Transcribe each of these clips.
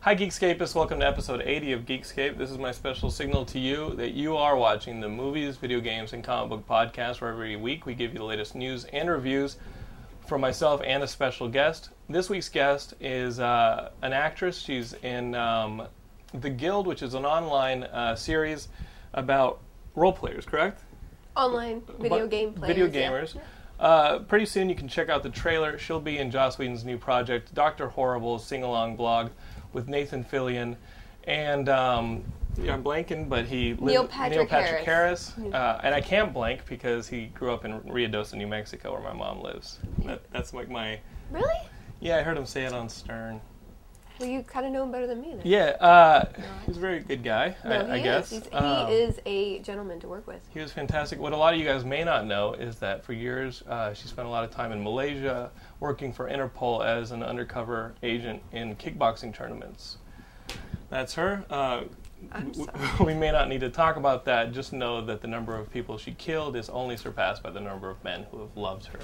Hi, Geekscapists. Welcome to episode 80 of Geekscape. This is my special signal to you that you are watching the movies, video games, and comic book podcast, where every week we give you the latest news and reviews from myself and a special guest. This week's guest is uh, an actress. She's in um, The Guild, which is an online uh, series about role players, correct? Online video But- game players. Video yeah. gamers. Uh, pretty soon you can check out the trailer. She'll be in Joss Whedon's new project, Dr. Horrible's sing along blog with Nathan Fillion. And um, I'm blanking, but he lived, Neil Patrick Harris. Uh, and I can't blank because he grew up in Ruidoso, New Mexico, where my mom lives. That, that's like my. Really? Yeah, I heard him say it on Stern. Well, you kind of know him better than me. Then. Yeah, uh, he's a very good guy, I, no, he I is. guess. He's, he Um, is a gentleman to work with. He was fantastic. What a lot of you guys may not know is that for years uh, she spent a lot of time in Malaysia working for Interpol as an undercover agent in kickboxing tournaments. That's her. Uh, I'm w- sorry. we may not need to talk about that. Just know that the number of people she killed is only surpassed by the number of men who have loved her.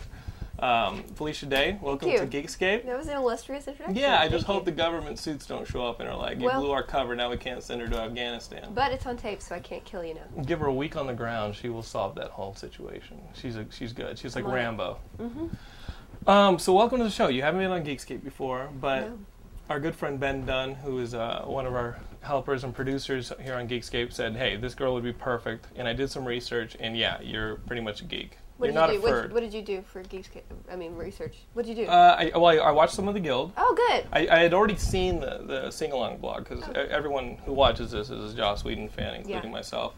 Um, Felicia Day, welcome you. to Geekscape. That was an illustrious introduction. Yeah, I just Thank hope you. the government suits don't show up and are like, you Well- blew our cover, now we can't send her to Afghanistan. But it's on tape, so I can't kill you now. Give her a week on the ground, she will solve that whole situation. She's a, she's good. She's like Love it. Rambo. Um, so welcome to the show. You haven't been on Geekscape before, but Mm-hmm. No. our good friend Ben Dunn, who is uh, one of our helpers and producers here on Geekscape, said, "Hey, this girl would be perfect." And I did some research, and yeah, you're pretty much a geek. What you're did not you a do? What, ferd. did- what did you do for Geekscape? I mean, research. What did you do? uh, I, well, I, I watched some of the Guild. oh, good. I, I had already seen the, the sing along blog because everyone who watches this is a Joss Whedon fan, including Yeah. myself,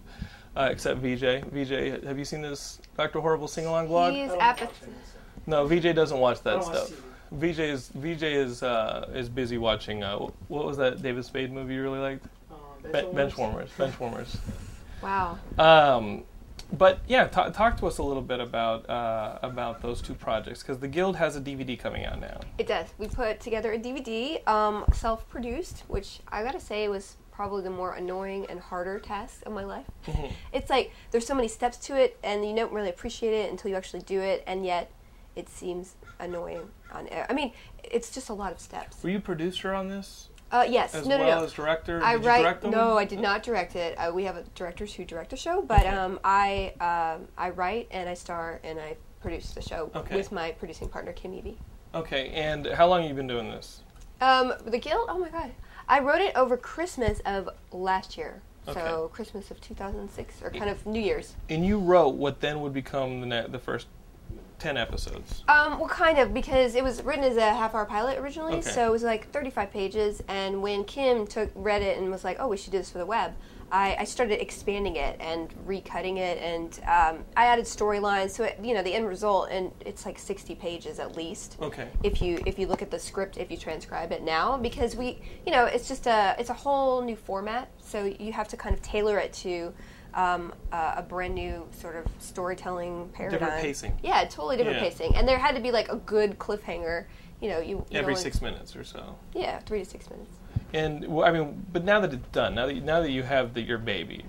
uh, except VJ. VJ, have you seen this Dr. Horrible sing along blog? he is I don't apath- watch any of that. no, VJ doesn't watch I that don't watch stuff. TV. VJ is VJ is uh, is busy watching. Uh, wh- what was that David Spade movie you really liked? Um, Be- Benchwarmers. Benchwarmers. Benchwarmers. Wow. Um, but yeah, ta talk to us a little bit about uh, about those two projects because the Guild has a DVD coming out now. It does. We put together a DVD, um, self-produced, which I gotta say was probably the more annoying and harder task of my life. it's like there's so many steps to it, and you don't really appreciate it until you actually do it, and yet it seems annoying. On air. I mean, it's just a lot of steps. Were you producer on this Uh, yes. as no, no, well no. as director? I Did you write. direct them? No, I did not direct it. Uh, we have a directors who direct the show, but Okay. um, I um, I write and I star and I produce the show Okay. with my producing partner Kim Eby. Okay, and how long have you been doing this? Um, the guild. Oh my god, I wrote it over Christmas of last year. So Okay. Christmas of 2006, or kind of New Year's. And you wrote what then would become the ne- the first ten episodes. Um, well, kind of because it was written as a half-hour pilot originally, Okay. so it was like 35 pages. And when Kim took read it and was like, "Oh, we should do this for the web," I, I started expanding it and recutting it, and um, I added storylines. So it, you know, the end result, and it's like 60 pages at least. Okay. if you if you look at the script if you transcribe it now because we you know it's just a it's a whole new format so you have to kind of tailor it to um, a, a brand new sort of storytelling paradigm pacing. yeah totally different Yeah. pacing and there had to be like a good cliffhanger you know you, you Every don't- six minutes or so. yeah three to six minutes And well, I mean, but now that it's done, now that you, now that you have the, your baby,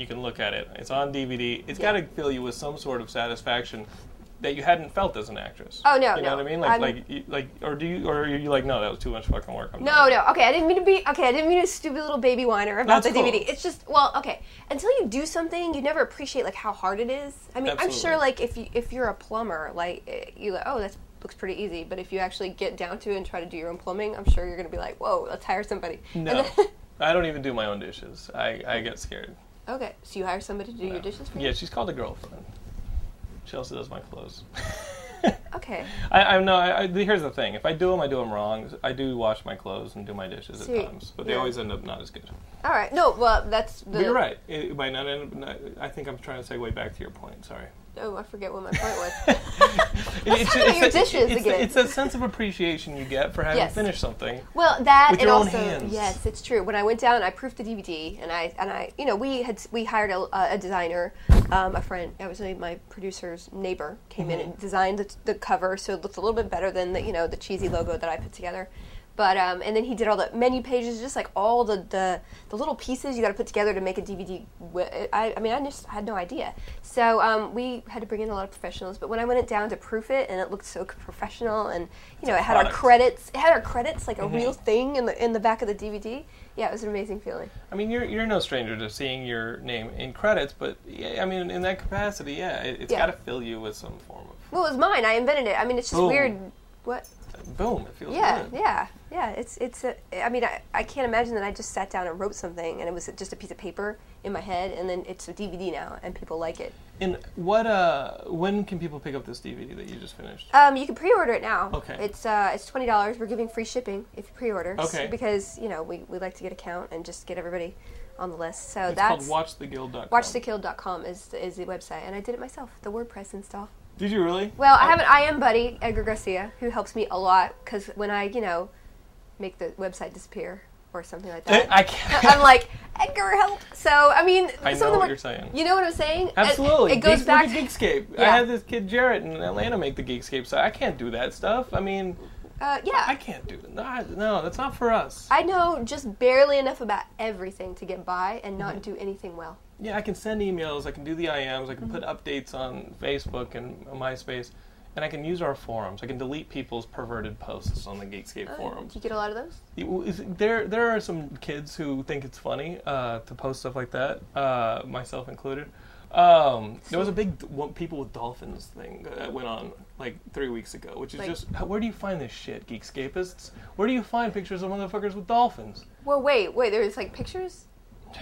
you can look at it. It's on DVD. It's Mm-hmm. Yeah. got to fill you with some sort of satisfaction that you hadn't felt as an actress. Oh, no, You know no. what I mean? Like I'm- like you, like or do you or are you like no, that was too much fucking work. I'm No, done. no. Okay, I didn't mean to be. Okay, I didn't mean to stupid little baby whiner about That's the DVD. cool. It's just well, okay. Until you do something, you never appreciate like how hard it is. I mean, I'm Absolutely. sure like if you if you're a plumber, like eh, you like oh that looks pretty easy, but if you actually get down to it and try to do your own plumbing, I'm sure you're gonna be like whoa, let's hire somebody. And No. then- I don't even do my own dishes. I, I get scared. okay, so you hire somebody to do your dishes for you. Yeah, she's called a girlfriend. She also does my clothes. Okay. I, I no. I, I, here's the thing: if I do them, I do them wrong. I do wash my clothes and do my dishes See, at times, but they yeah. always end up not as good. All right. No. Well, that's the. But you're right. It might not end up. Not, I think I'm trying to segue back to your point. Sorry. Oh, I forget what my point was. It- it's, talk about your that- dishes it's that- again. It's that sense of appreciation you get for having Yes. finished something. Well, that With and your own also hands. yes, it's true. When I went down, I proofed the DVD, and I and I, you know, we had we hired a, a designer, um, a friend. I was my producer's neighbor Mm-hmm. came in and designed the, the cover, so it looked a little bit better than the you know the cheesy logo that I put together. But um, and then he did all the menu pages, just like all the the, the little pieces you got to put together to make a DVD. wi- I, I mean, I just had no idea. So um, we had to bring in a lot of professionals. But when I went it down to proof it, and it looked so professional, and you know, it had Product. our credits, it had our credits like a Mm-hmm. real thing in the in the back of the DVD. Yeah, it was an amazing feeling. I mean, you're you're no stranger to seeing your name in credits, but yeah, I mean, in that capacity, yeah, it, it's Yeah. got to fill you with some form of Well, it was mine. I invented it. I mean, it's just Boom. weird. What? boom. It feels Yeah, good. yeah, yeah. It's it's. A, I mean, I, I can't imagine that I just sat down and wrote something and it was just a piece of paper in my head and then it's a DVD now and people like it. And what? Uh, when can people pick up this DVD that you just finished? Um, you can pre-order it now. Okay. It's uh, it's twenty dollars. We're giving free shipping if you pre-order. s- Okay. Because you know we, we like to get a count and just get everybody on the list. So it's called Oh, that's WatchTheGuild.com. watchthekill.com is the- is the website and I did it myself. The WordPress install. Did you really? Oh, Well, I have an I am buddy, Edgar Garcia, who helps me a lot because when I, you know, make the website disappear or something like that, I can't. I'm like, Edgar, help. So, I mean, I know some of the what more- you're saying. You know what I'm saying? And Absolutely. It, goes Geeks- back look to. at Geekscape. Yeah. I had this kid Jarrett in Atlanta make the Geekscape site. I can't do that stuff. I mean, Uh, yeah. I can't do that. No, I- no, that's not for us. I know just barely enough about everything to get by and not Mm-hmm. do anything well. yeah, I can send emails. I can do the IMs. I can put updates on Facebook and MySpace. And I can use our forums. I can delete people's perverted posts on the Geekscape Uh, forums. Do you get a lot of those? You- is- There, there are some kids who think it's funny uh, to post stuff like that, uh, myself included. Um, there was a big d- one, people with dolphins thing that went on like three weeks ago, which is Like- just how, where do you find this shit, geekscapists? Where do you find pictures of motherfuckers with dolphins? Well, wait, wait. There's like pictures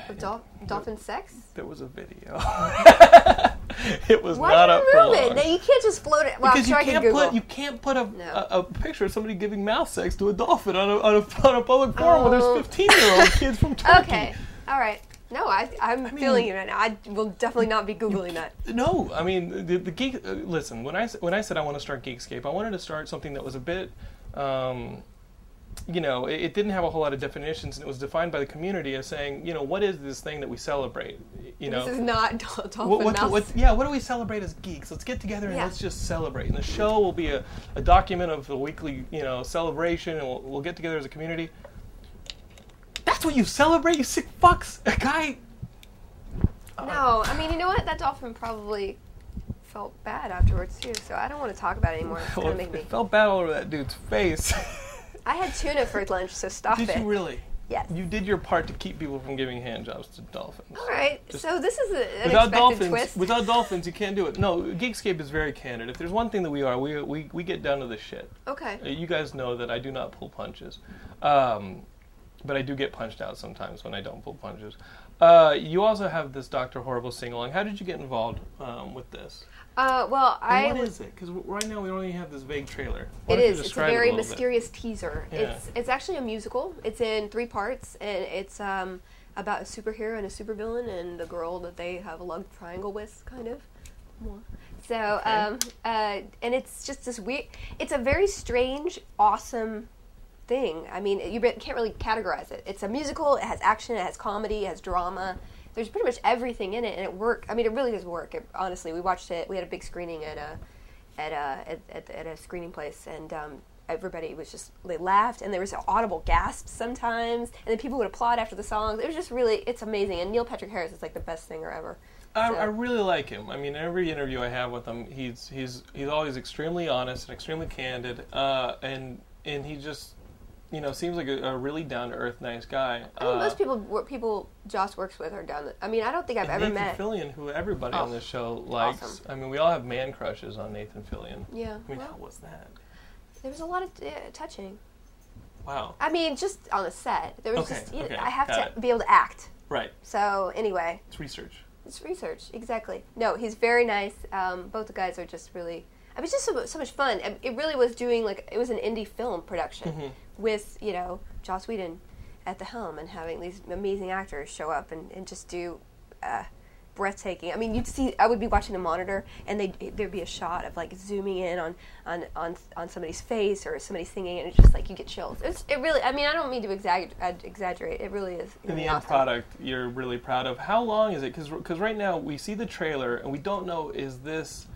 of dol- dolphin sex. There was a video. it was Why not do up you for remove it? long. No, you can't just float it. Well, because I'm sure you I can't can Google. put you can't put a, No. a, a picture of somebody giving mouth sex to a dolphin on a, on a, on a public forum where Oh. there's 15 year old kids from Turkey. Okay. All right. No, I, I'm feeling you right now. I will definitely not be Googling that. No, I mean the, the geek. Uh, listen, when I s- when I said I want to start Geekscape, I wanted to start something that was a bit, um, you know, it, it didn't have a whole lot of definitions, and it was defined by the community as saying, you know, what is this thing that we celebrate? You know, This is not Dol- Dolphin what, what, Mouse. what, yeah, what do we celebrate as geeks? Let's get together and Yeah. let's just celebrate. And the show will be a, a document of the weekly, you know, celebration, and we'll, we'll get together as a community. That's what you celebrate, you sick fucks. A guy uh, No, I mean, you know what? That dolphin probably felt bad afterwards, too, so I don't want to talk about it anymore. It's Well, going to make me. It felt bad all over that dude's face. I had tuna for lunch, so stop did it. you really? Yes. You did your part to keep people from giving handjobs to dolphins. All right, so this is a- Without an unexpected dolphins, twist. without dolphins, you can't do it. No, Geekscape is very candid. If there's one thing that we are, we we, we get down to the shit. okay. Uh, You guys know that I do not pull punches, um, but I do get punched out sometimes when I don't pull punches. Uh, you also have this Doctor Horrible sing along. How did you get involved um, with this? Uh, well, I. And what is it? Because right now we only have this vague trailer. Why It don't you is. It's a describe it very little bit? mysterious teaser. Yeah. It's it's actually a musical. It's in three parts, and it's um, about a superhero and a supervillain and the girl that they have a love triangle with, kind of. Mwah. So, um, uh, and it's just this weird. It's a very strange, awesome thing. I mean, you re- can't really categorize it. It's a musical. It has action. It has comedy. It has drama. There's pretty much everything in it, and it work. I mean, it really does work. It, honestly, we watched it. We had a big screening at uh, a at a at, at, at a screening place, and um, everybody was just they laughed, and there was audible gasps sometimes, and then people would applaud after the songs. It was just really it's amazing. And Neil Patrick Harris is like the best singer ever. I, So- I really like him. I mean, every interview I have with him, he's he's he's always extremely honest and extremely candid, uh, and and he just, you know, seems like a, a really down to earth, nice guy. I mean, Uh, most people wor- people Joss works with are down. The, I mean, I don't think I've ever Nathan met. Fillion, who everybody Oh, on this show likes. awesome. I mean, we all have man crushes on Nathan Fillion. yeah, I mean, well, how was that? there was a lot of uh, touching. Wow. I mean, just on a set, there was Okay, just you okay, I have to got it. be able to act. Right. So anyway, It's research. It's research, exactly. No, he's very nice. Um, both the guys are just really. I was just so, so much fun. It- It really was doing like it was an indie film production Mm-hmm. with you know Joss Whedon at the helm and having these amazing actors show up and, and just do uh, breathtaking. I mean, you'd see. I would be watching the monitor and they there'd be a shot of like zooming in on on on, on somebody's face or somebody singing and it's just like you get chills. It's it really. I mean, I don't mean to exagger- exaggerate. It really is. In the really end awesome. product, you're really proud of. How long is it? Because right now we see the trailer and we don't know is this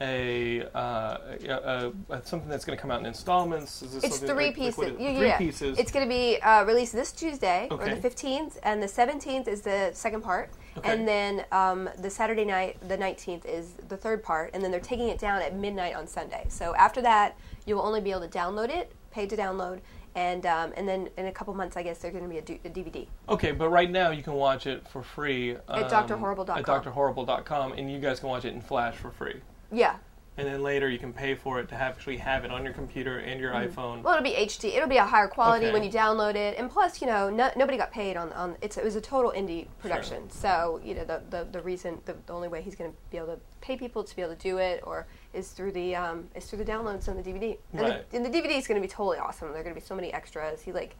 a, uh, a, a, a something that's going to come out in installments? Is this It's something three like- like pieces. what yeah, it- yeah, three yeah. pieces. It's going to be uh, released this Tuesday, or Okay. the fifteenth, and the seventeenth is the second part, Okay. and then um, the Saturday night, the nineteenth, is the third part, and then they're taking it down at midnight on Sunday. So after that, you will only be able to download it, pay to download, and um, and then in a couple months, I guess there's going to be a, du- a DVD. okay, but right now you can watch it for free um, drhorrible.com. At drhorrible.com, and you guys can watch it in Flash for free. Yeah. And then later you can pay for it to have, actually have it on your computer and your iPhone. Well, it'll be HD. It'll be a higher quality Okay. when you download it, and plus, you know, no, nobody got paid on on it's, it was a total indie production. So you know, the the, the reason the, the only way he's going to be able to pay people to be able to do it, or is through the um, is through the downloads on the DVD. And, Right. the, and the DVD is going to be totally awesome. There are going to be so many extras. He like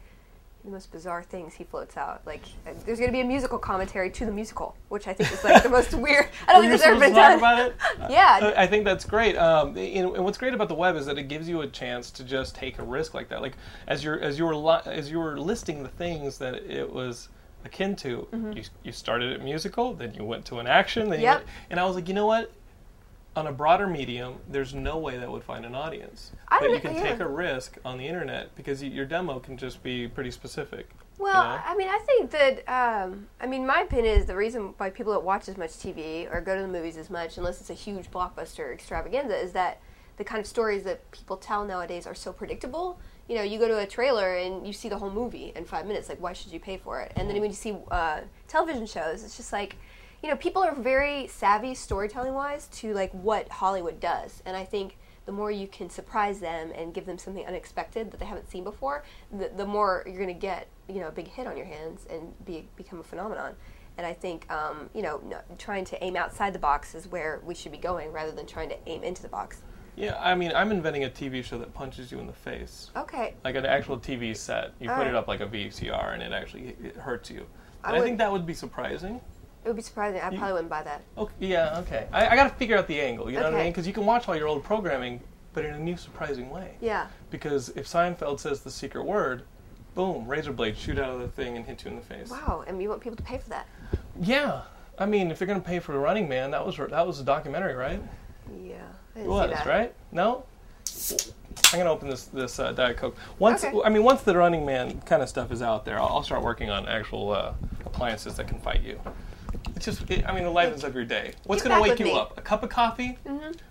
the most bizarre things he floats out. Like uh, there's going to be a musical commentary to the musical, which I think is like the most weird. I don't Were think you it's ever supposed been to talk done. about it? Uh, yeah. I I think that's great. Um, you know, and what's great about the web is that it gives you a chance to just take a risk like that. Like as you're as you were li- as you were listing the things that it was akin to, you you started at musical, then you went to an action, then you Mm-hmm. Yep. went, and I was like, you know what? On a broader medium, there's no way that would find an audience. I but don't you can know, yeah. take a risk on the internet because y your demo can just be pretty specific. Well, know? I mean, I think that um, I mean, my opinion is the reason why people don't watch as much TV or go to the movies as much, unless it's a huge blockbuster extravaganza, is that the kind of stories that people tell nowadays are so predictable. You know, you go to a trailer and you see the whole movie in five minutes. Like, why should you pay for it? And then when you see uh, television shows, it's just like, you know, people are very savvy storytelling wise to like what Hollywood does, and I think the more you can surprise them and give them something unexpected that they haven't seen before, the, the more you're going to get you know a big hit on your hands and be become a phenomenon. And I think um, you know no, trying to aim outside the box is where we should be going rather than trying to aim into the box. Yeah, I mean, I'm inventing a TV show that punches you in the face. Okay, like an actual TV set. You put Alright. it up like a VCR, and it actually it hurts you. I And I, would- think that would be surprising. it would be surprising. I probably wouldn't buy that. Okay, yeah, okay. I, I got to figure out the angle. You know what I Okay. mean? Because you can watch all your old programming, but in a new, surprising way. Yeah. Because if Seinfeld says the secret word, boom, razor blade shoot out of the thing and hit you in the face. Wow, and you want people to pay for that? Yeah. I mean, if you're gonna pay for Running Man, that was that was a documentary, right? Yeah, I It didn't see was, that. right? No. I'm gonna open this this uh, Diet Coke. Once Okay. I mean, once the Running Man kind of stuff is out there, I'll, I'll start working on actual uh, appliances that can fight you. It's just, it, I mean, it lightens up your day. What's Get gonna back wake you with me. Mm-hmm. up? A cup of coffee,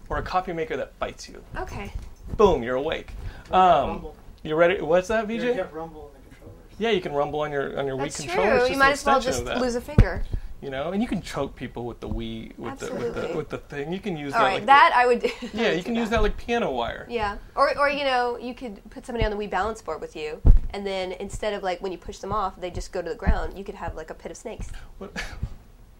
or a coffee maker that bites you? Okay. Boom, you're awake. Um, Rumble. you ready? What's that, You VJ? already have Rumble in the controllers. Yeah, you can rumble on your on your That's Wii controller. It's true. just You an might as well extension just of that, lose a finger. You know, and you can choke people with the Wii with the, with the Absolutely. with the thing. You can use All that. right, like, that I would. I yeah, would you do can use that like piano wire. Yeah, or or you know, you could put somebody on the Wii balance board with you, and then instead of like when you push them off, they just go to the ground. You could have like a pit of snakes. What?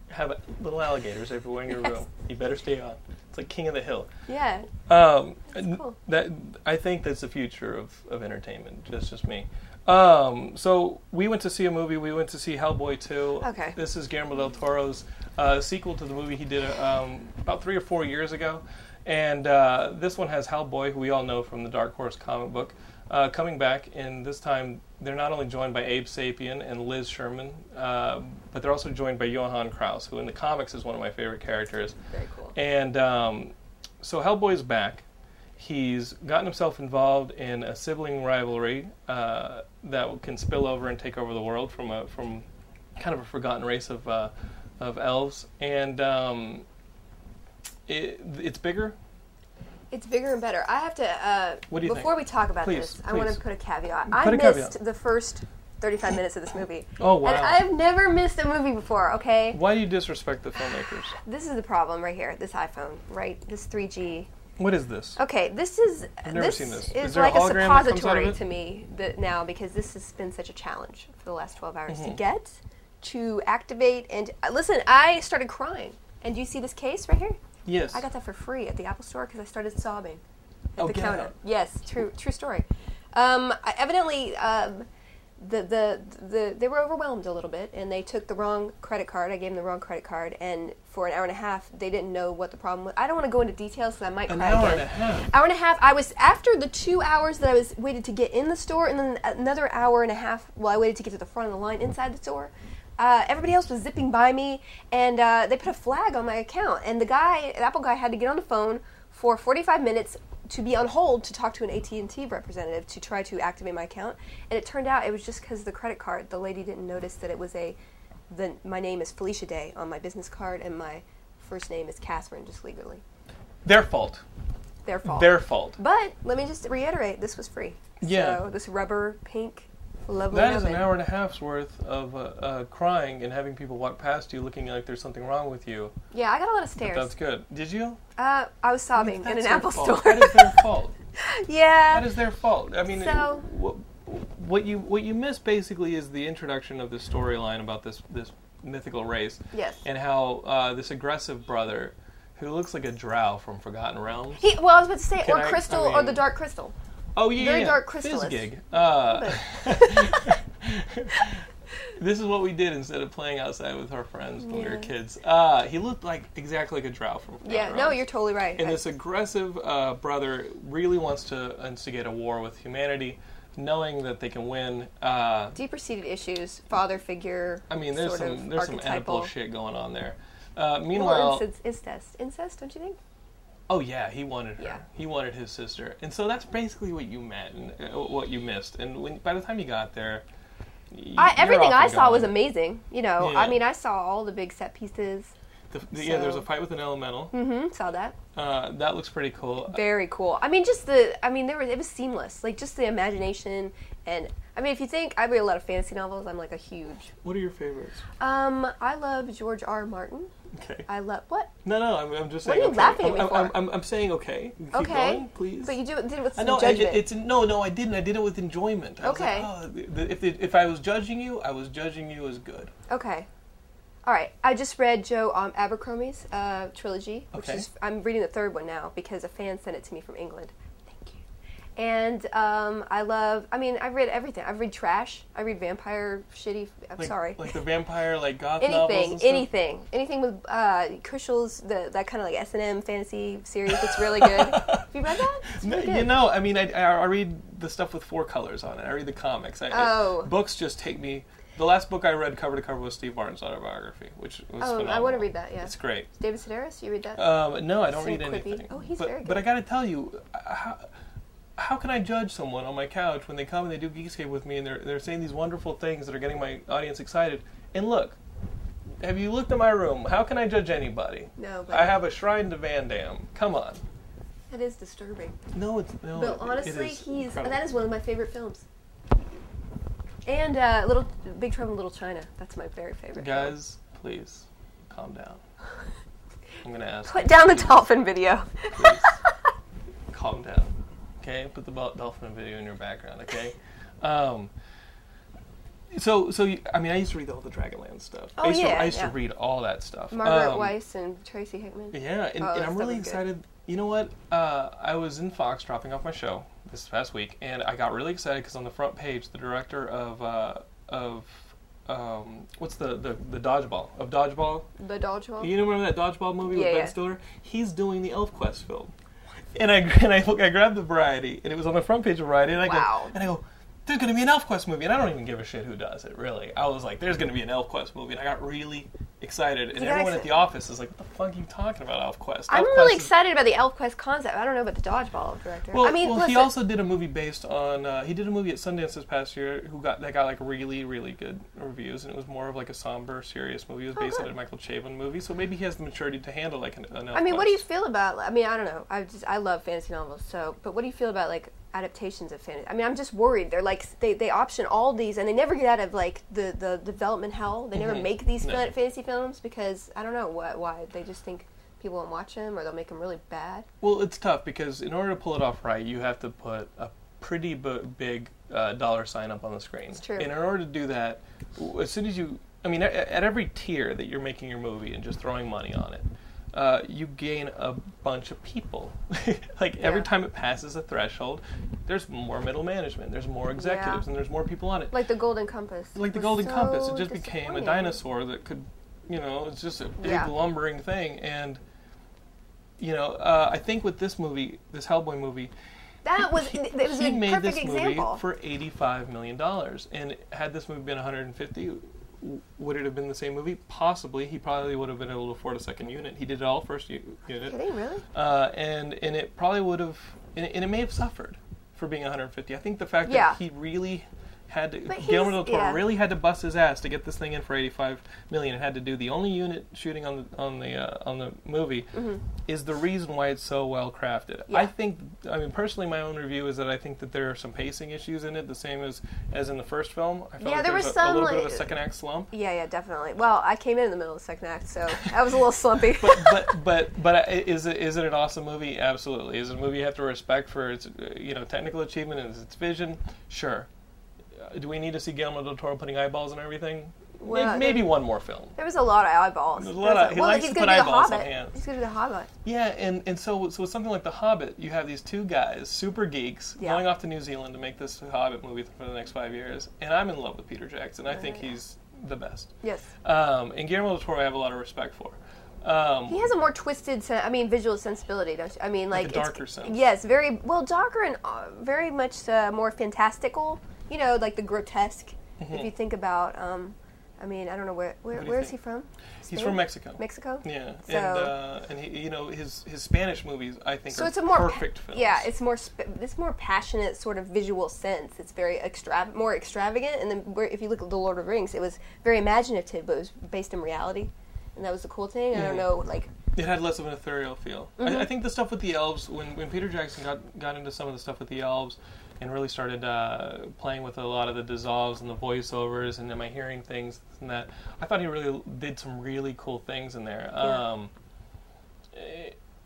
Have a, little alligators everywhere in your Yes. room. You better stay on. It's like King of the Hill. Yeah, Um, That's cool. That I think that's the future of, of entertainment. That's just me. Um, so we went to see a movie. We went to see Hellboy two. Okay. This is Guillermo del Toro's uh, sequel to the movie he did uh, um, about three or four years ago, and uh, this one has Hellboy, who we all know from the Dark Horse comic book, uh, coming back. And this time they're not only joined by Abe Sapien and Liz Sherman, uh, but they're also joined by Johann Kraus, who in the comics is one of my favorite characters. very cool. And um, so Hellboy's back. He's gotten himself involved in a sibling rivalry uh, that can spill over and take over the world from a from kind of a forgotten race of uh, of elves, and um, it, it's bigger. It's bigger and better. I have to. Uh, What do you before we talk about Please, this, I want please. to put a caveat. I Put a missed caveat. the first thirty-five minutes of this movie. Oh, wow. And I've never missed a movie before. Okay, Why do you disrespect the filmmakers? this is the problem right here. This iPhone, right? This three G. What is this? Okay, this is never this, seen this. is Is there a like a, hologram that comes out of suppository it? to me that now because this has been such a challenge for the last twelve hours Mm-hmm. to get, to activate, and uh, listen. I started crying, and do you see this case right here? Yes. I got that for free at the Apple Store because I started sobbing at Oh, the get counter. out. Yes, true, true story. Um, I- evidently, um, the, the the they were overwhelmed a little bit, and they took the wrong credit card. I gave them the wrong credit card, and for an hour and a half, they didn't know what the problem was. I don't want to go into details because I might An cry hour again. and a half. Hour and a half. I was after the two hours that I was waited to get in the store, and then another hour and a half. Well, I waited to get to the front of the line inside the store. Uh, everybody else was zipping by me, and uh, they put a flag on my account. And the guy, the Apple guy, had to get on the phone, for 45 minutes to be on hold to talk to an AT&T representative to try to activate my account. And it turned out it was just because the credit card, the lady didn't notice that it was a, the, my name is Felicia Day on my business card and my first name is Catherine, just legally. Their fault. Their fault. Their fault. but let me just reiterate, this was free. Yeah. So this rubber pink lovely That is an oven. hour and a half's worth of uh, uh, crying and having people walk past you looking like there's something wrong with you. Yeah, I got a lot of That's stares. good. Did you? Uh, I was sobbing That's in an their Apple fault. store. That is their fault. yeah. That is their fault. I mean, So- wh- what you what you miss basically is the introduction of this storyline about this this mythical race yes. and how uh, this aggressive brother, who looks like a drow from Forgotten Realms. He, well, I was about to say, Can or I- I Crystal, or mean- the Dark Crystal. Oh yeah, Very yeah. dark crystallis. Gig. Uh, this is what we did instead of playing outside with our friends when we were Yeah. kids. Uh, he looked like exactly like a drow from. Forgotten Yeah, no, Realms. you're totally right. And I- this aggressive uh, brother really wants to instigate a war with humanity, knowing that they can win. Uh, deeper seated issues, father figure. I mean, there's sort of some there's some archetypal. Oedipal shit going on there. Uh, Well, meanwhile, incest, incest, incest, don't you think? oh yeah, he wanted her. Yeah. He wanted his sister, and so that's basically what you met and uh, what you missed. And when by the time you got there, y- I, you're everything off I and saw was gone. amazing. You know, Yeah. I mean, I saw all the big set pieces. The, the- Yeah, there's so- a fight with an elemental. Mm-hmm. Saw that. Uh, that looks pretty cool. Very cool. I mean, just the. I mean, there was it was seamless. Like just the imagination and. I mean, if you think I read a lot of fantasy novels, I'm like a huge. Uh, What are your favorites? Um, I love George R. Martin. Okay. I love what? No, no, I'm, I'm just What saying. are you okay. laughing at I'm, me I'm, for? I'm, I'm, I'm saying okay. Keep Okay. going, please. But you do, did it with I some know. I, it- judgment. it's no, no. I didn't. I did it with enjoyment. I was like, Okay. oh, th- th- if it- if I was judging you, I was judging you as good. Okay. All right. I just read Joe um, Abercrombie's uh, trilogy, which Okay. is I'm reading the third one now because a fan sent it to me from England. Thank you. And um, I love. I mean, I read everything. I read trash. I read vampire shitty. I'm Like, sorry. Like the vampire, like goth novels. anything, and stuff? anything, anything with uh, Kushel's the that kind of like S and M fantasy series. It's really good. Have you read that? It's No, really you good. know, I mean, I, I I read the stuff with four colors on it. I read the comics. I, I- Oh. books just take me. The last book I read cover to cover was Steve Martin's autobiography, which was Oh, I phenomenal. wanna read that, yeah. it's great. David Sedaris. You read that? Um, no, I don't So read quippy. anything. Oh, he's but, very good. But I gotta tell you, uh, how, how can I judge someone on my couch when they come and they do Geekscape with me and they're, they're saying these wonderful things that are getting my audience excited? And look, have you looked at my room? How can I judge anybody? no, but I have a shrine to Van Damme. Come on. that is disturbing. No, it's no. But it- it honestly, is he's incredible. that is one of my favorite films. And uh, Little Big Trouble in Little China. That's my very favorite. film. Guys, please calm down. I'm gonna ask. put you, down the please, dolphin video. Please calm down. Okay, put the bol- dolphin video in your background. Okay. Um, so, so you, I mean, I used to read all the Dragonland stuff. I Oh, used to, yeah, I used yeah. to read all that stuff. Margaret Um, Weiss and Tracy Hickman. Yeah, and, Oh, and that I'm stuff really was good. excited. You know what? Uh, I was in Fox dropping off my show this past week, and I got really excited because on the front page, the director of uh, of um, what's the, the the dodgeball of dodgeball The Dodgeball. you remember that dodgeball movie Yeah, with Ben yeah. Stiller? He's doing the Elf Quest film. And I and I, look, I grabbed the variety, and it was on the front page of Variety, and I Wow. go, and I go, there's going to be an Elf Quest movie, and I don't even give a shit who does it, really. I was like, there's going to be an Elf Quest movie, and I got really excited, and You got everyone at excited. the office is like, what the fuck are you talking about, Elf Quest? I'm Elf really Quest is- excited about the ElfQuest concept. I don't know about the Dodgeball director. Well, I mean, well, listen, he also did a movie based on. Uh, he did a movie at Sundance this past year, who got that got like really, really good reviews, and it was more of like a somber, serious movie. It was Oh, based on good. a Michael Chabon movie, so maybe he has the maturity to handle like an. an Elf I mean, what do Quest. you feel about? I mean, I don't know. I just I love fantasy novels. So, but what do you feel about like adaptations of fantasy? I mean, I'm just worried. They're like they, they option all these, and they never get out of like the the development hell. They never Mhm. make these No. fan- fantasy films because I don't know what why they just think people won't watch them or they'll make them really bad. Well, it's tough because in order to pull it off right, you have to put a pretty bu- big uh, dollar sign up on the screen. It's true. And in order to do that, w- as soon as you, I mean, at, at every tier that you're making your movie and just throwing money on it, uh, you gain a bunch of people. like every Yeah. time it passes a threshold, there's more middle management, there's more executives, and there's more people on it. Like the Golden Compass. Like the was Golden so Compass, it just became a disappointing. dinosaur that could, you know, it's just a big Yeah. lumbering thing. And, you know, uh, I think with this movie, this Hellboy movie, That was he, it was he a made perfect this example. movie for eighty-five million dollars, and had this movie been one hundred and fifty, w- would it have been the same movie? Possibly. He probably would have been able to afford a second unit. He did it all first u- unit, Kidding, really? uh, and and it probably would have, and it, and it may have suffered for being 150. I think the fact Yeah. that he really had to, But Guillermo del he's- Toro yeah. really had to bust his ass to get this thing in for 85 million, and had to do the only unit shooting on the on the uh, on the movie, is the reason why it's so well crafted. I Mm-hmm. Yeah. think, I mean, personally, my own review is that I think that there are some pacing issues in it, the same as as in the first film. I felt Yeah, like there was was a, a some, little bit of like- a second act slump. Yeah, yeah, definitely. Well, I came in in the middle of the second act, so that was a little slumpy. but but but I- is it is it an awesome movie? Absolutely. Is it a movie you have to respect for its uh, you know technical achievement and its vision? Sure. Uh, Do we need to see Guillermo del Toro putting eyeballs on everything? May- Well, maybe one more film. there was a lot of eyeballs. There's a lot There of- was he well, likes he's to gonna put be the eyeballs on Hobbit. hands. He's gonna be the Hobbit. Yeah, and, and so so with something like The Hobbit, you have these two guys, super geeks, Yeah. going off to New Zealand to make this Hobbit movie for the next five years. And I'm in love with Peter Jackson. I think yeah. he's the best. Yes, Um, and Guillermo del Toro, I have a lot of respect for. Um, he has a more twisted, sen- I mean, visual sensibility. Don't you? I mean, Like like, a it's- darker sense. Yes, very well, darker and uh, very much uh, more fantastical. You know, like the grotesque. If you think about, um, I mean, I don't know where where, Mm-hmm. do you where is he think? from? he's Spain? from Mexico. Mexico. Yeah, So- and uh, and he, you know his his Spanish movies, I think, So are it's a more perfect film. Yeah, it's more sp- it's more passionate sort of visual sense. It's very extra more extravagant. And then where, if you look at the Lord of the Rings, it was very imaginative, but it was based in reality, and that was the cool thing. I don't Yeah. know, like it had less of an ethereal feel. I, Mm-hmm. I think the stuff with the elves, when when Peter Jackson got got into some of the stuff with the elves, and really started uh, playing with a lot of the dissolves and the voiceovers, and am I hearing things and that, I thought he really did some really cool things in there. Yeah. Um,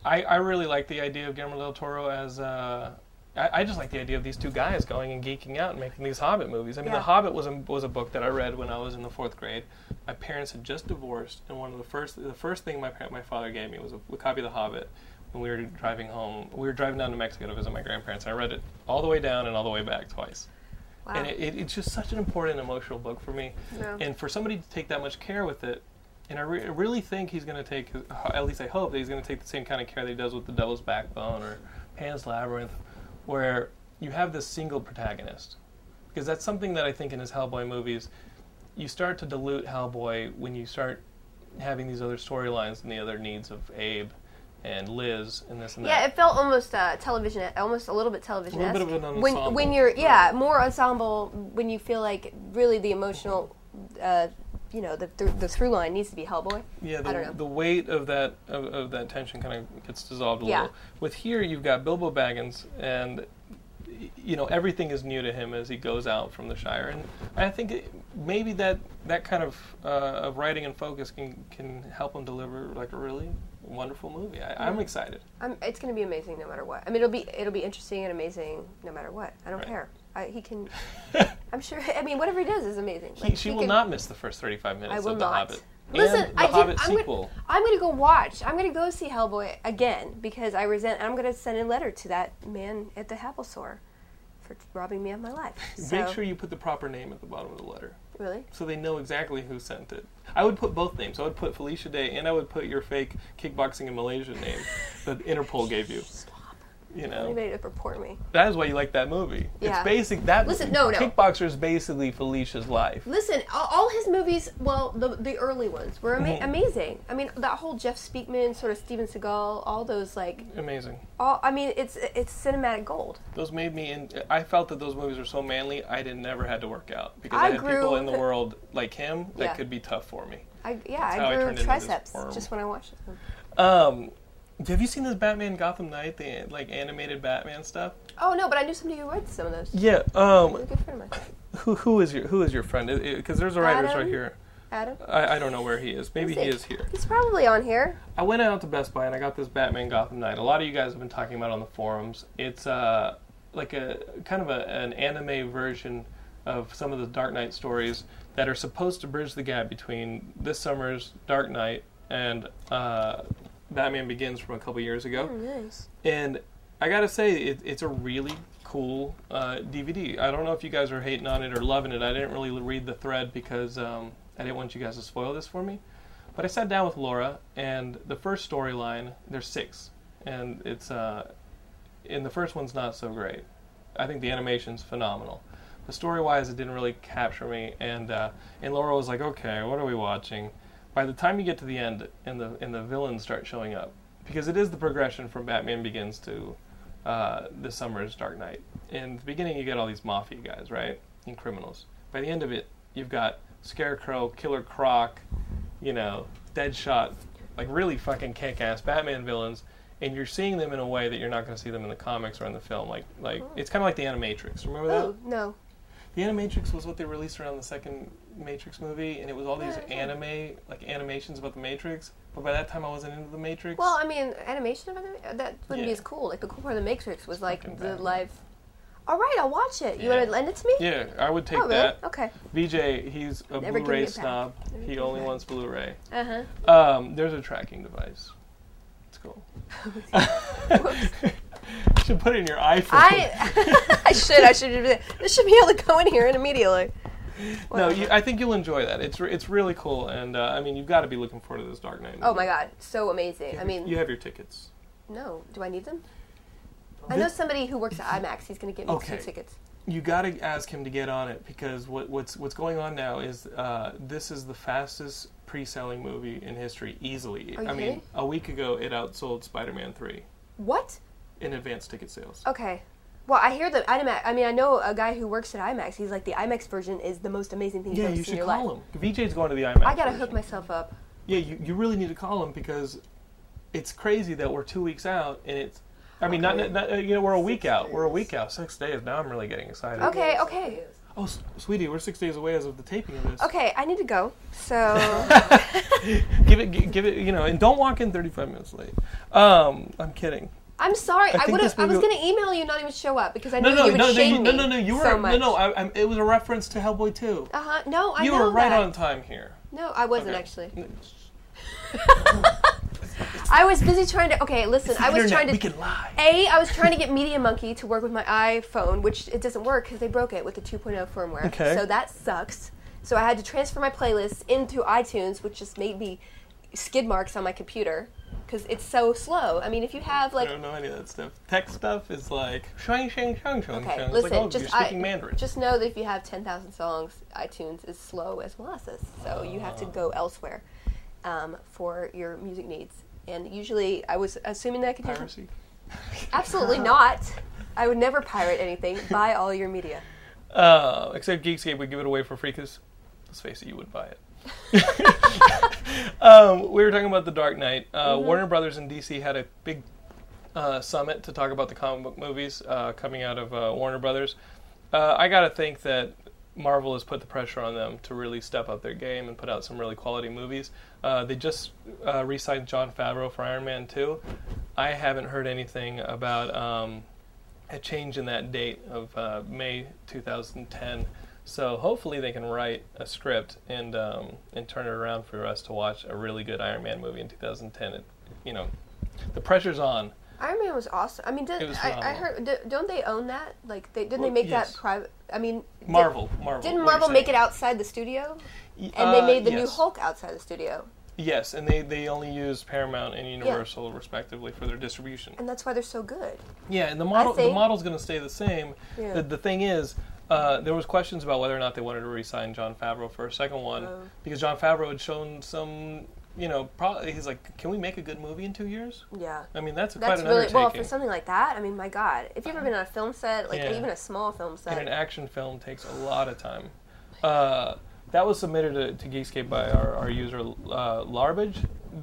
I, I really like the idea of Guillermo del Toro as. Uh, I, I just like the idea of these two guys going and geeking out and making these Hobbit movies. I mean, The Yeah. Hobbit was a, was a book that I read when I was in the fourth grade. My parents had just divorced, and one of the first the first thing my par- my father gave me was a, copy of The Hobbit. When we were driving home, we were driving down to Mexico to visit my grandparents. I read it all the way down and all the way back twice wow, and it, it, it's just such an important emotional book for me Yeah. and for somebody to take that much care with it and i, re- I really think he's going to take at least i hope that he's going to take the same kind of care that he does with the devil's backbone or pan's labyrinth where you have this single protagonist because that's something that i think in his hellboy movies you start to dilute hellboy when you start having these other storylines and the other needs of abe and liz and this and yeah, that it felt almost uh, television, almost a little bit television. A little bit of an when ensemble, when you're yeah more ensemble when you feel like really the emotional, uh, you know, the th- the through line needs to be Hellboy. Yeah, the, I don't know. the weight of that of, of that tension kind of gets dissolved a Yeah. little. With here, you've got Bilbo Baggins, and y- you know everything is new to him as he goes out from the Shire. And I think it, maybe that that kind of uh, of writing and focus can can help him deliver like a really wonderful movie. I, I'm excited. I'm, it's going to be amazing no matter what. I mean, it'll be it'll be interesting and amazing no matter what. I don't Right. care. I, he can. I'm sure. I mean, whatever he does is amazing. He, she he will can- not miss the first 35 minutes I will of The not. Hobbit. Listen, and the I Hobbit did, I'm sequel. Gonna, I'm going to go watch. I'm going to go see Hellboy again because I resent. I'm going to send a letter to that man at the Apple store for robbing me of my life. So, Make sure you put the proper name at the bottom of the letter. Really? so they know exactly who sent it. I would put both names. I would put Felicia Day and I would put your fake kickboxing in Malaysia name that Interpol gave you. Stop. You know, Anybody to report me? that is why you like that movie. It's Yeah. basic. That Listen, no, no. Kickboxer is basically Felicia's life. Listen, all, all his movies, well, the, the early ones were Mm-hmm. ama- amazing. I mean, that whole Jeff Speakman, sort of Steven Seagal, all those like Amazing. all I mean it's it's cinematic gold. Those made me. In, I felt that those movies were so manly. I did never had to work out because I, I had grew- people in the world like him that Yeah. could be tough for me. I yeah, how I I grew turned into this triceps worm. just when I watched it. Um, have you seen this Batman Gotham Knight, the like animated Batman stuff? Oh no, but I knew somebody who read some of those. Yeah. Um, You're a good friend of mine. who who is your who is your friend? Because there's a writers right Adam? here. Adam. I, I don't know where he is. Maybe he Sick. is here. He's probably on here. I went out to Best Buy and I got this Batman Gotham Knight. A lot of you guys have been talking about it on the forums. It's uh, like a kind of a, an anime version of some of the Dark Knight stories that are supposed to bridge the gap between this summer's Dark Knight and uh, Batman Begins from a couple years ago. Nice. And I gotta say, it, it's a really cool uh, DVD. I don't know if you guys are hating on it or loving it. I didn't really read the thread because um, I didn't want you guys to spoil this for me. But I sat down with Laura, and the first storyline, there's six, and it's uh, and the first one's not so great. I think the animation's phenomenal. the story wise, it didn't really capture me. And uh, and Laura was like, okay, what are we watching? By the time you get to the end, and the and the villains start showing up, because it is the progression from Batman Begins to uh, this summer's Dark Knight. In the beginning, you get all these mafia guys, right, and criminals. By the end of it, you've got Scarecrow, Killer Croc, you know, Deadshot, like really fucking kick-ass Batman villains, and you're seeing them in a way that you're not going to see them in the comics or in the film. Like, like it's kind of like the Animatrix. Remember that? Oh, no. The Animatrix was what they released around the second Matrix movie, and it was all these Yeah, yeah. anime like animations about the Matrix. But by that time, I wasn't into the Matrix. Well, I mean, animation of it, that wouldn't be Yeah. as cool. Like, the cool part of The Matrix was, like, fucking the bad. live. All right, I'll watch it. You Yeah. want to lend it to me? yeah, I would take oh, really? that. Okay. VJ, he's a Never give me Blu-ray it back. snob. Never give He it only back. wants Blu-ray. Uh huh. Um, there's a tracking device. It's cool. should put it in your iPhone. I I should I should do This should be able to go in here and immediately. no, Whatever. you, I think you'll enjoy that. It's re- it's really cool, and uh, I mean, you've got to be looking forward to this Dark Knight. Oh my movie. god, so amazing. I mean, you have your tickets. no, do I need them? I know somebody who works at IMAX. He's gonna get me Okay. two tickets. you got to ask him to get on it because what, what's what's going on now is uh, this is the fastest pre-selling movie in history easily. Are you I mean, kidding? a week ago it outsold Spider-Man 3 What? in advanced ticket sales. Okay. Well, I hear that IMAX. I mean, I know a guy who works at IMAX. He's like the IMAX version is the most amazing thing you've yeah, ever you seen in should your call life. him. VJ's going to the IMAX. I gotta version. hook myself up. Yeah, you, you really need to call him because it's crazy that we're two weeks out and it's. I mean, not, Okay. not, not- you know we're a week Six out. We're a days. week out. Six days now. I'm really getting excited. Okay, Yes, okay. it is. Oh, s- sweetie, we're six days away as of the taping of this. Okay, I need to go. So give it, gi- give it, you know, and don't walk in 35 minutes late. Um, I'm kidding. I'm sorry. I I, think would this have. I was movie- gonna email you, and not even show up because I knew No, no, you would no, no, shame you, me no, no, no. You were so no, much. no. I, I, it was a reference to Hellboy 2. Uh huh. No, I you know were right that. on time here. No, I wasn't Okay. actually. N- I was busy trying to. Okay, listen. I was Internet, trying We to. can lie. A, I was trying to get Media Monkey to work with my iPhone, which it doesn't work because they broke it with the 2.0 firmware. Okay. So that sucks. So I had to transfer my playlist into iTunes, which just made me skid marks on my computer because it's so slow. I mean, if you have I like. don't know any of that stuff. Tech stuff is like shang shang shang shang Okay, shang. It's listen. like, oh, just you're speaking I, Mandarin. just know that if you have ten thousand songs, iTunes is slow as molasses, so you have to Ah. go elsewhere um, for your music needs. And usually, I was assuming that I could do Piracy. absolutely not. I would never pirate anything. Buy all your media. Uh, except Geekscape would give it away for free because, let's face it, you would buy it. um, we were talking about The Dark Knight. Uh, Warner Brothers and DC had a big uh, summit to talk about the comic book movies uh, coming out of uh, Warner Brothers. Uh, I got to think that Marvel has put the pressure on them to really step up their game and put out some really quality movies. Uh, they just uh, re signed John Favreau for Iron Man 2. I haven't heard anything about. Um, a change in that date of uh, May 2010. So hopefully they can write a script and um, and turn it around for us to watch a really good Iron Man movie in 2010. It, you know, the pressure's on. Iron Man was awesome. I mean, did, It was I, I phenomenal. heard d- don't they own that? Like, they, didn't Well, they make yes. that private? I mean, did- Marvel, Marvel. Didn't what Marvel you're make it saying. outside the studio? Y- And they uh, made the new yes. Hulk outside the studio, Yes, and they, they only used Paramount and Universal respectively for their distribution. and that's why they're so good. Yeah, and the model the think- model's going to stay the same. Yeah. The, the thing is, uh, there was questions about whether or not they wanted to re-sign John Favreau for a second one Oh. because John Favreau had shown some, you know, probably he's like, can we make a good movie in two years? Yeah. I mean, that's, quite That's an really well undertaking. for something like that. I mean, my God, if you've ever been on a film set, like Yeah. even a small film and an set, action film takes a lot of time. Uh, that was submitted to, to Geekscape by our, our user uh, Larbage.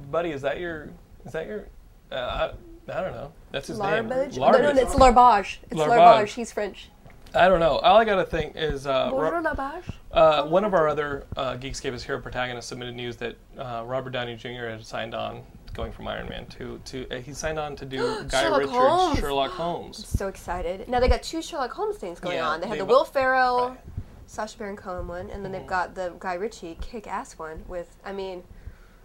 Buddy, is that your? Is that your? Uh, I, I don't know. That's his larbage. name. No, no, no, it's larbage. It's Larbage. larbage. He's French. I don't know. All I gotta think is uh, Ro- Bonjour, larbage. Uh, one of our other uh, Geekscape is here protagonist submitted news that uh, Robert Downey Jr. had signed on, going from Iron Man to to uh, he signed on to do Guy Sherlock Richards Holmes. Sherlock Holmes. So excited. Now they got two Sherlock Holmes things going Yeah, on. They had they the bo- Will Ferrell, Right. Mm-hmm. Sacha Baron Cohen one, and then they've got the Guy Ritchie kick ass one with. I mean,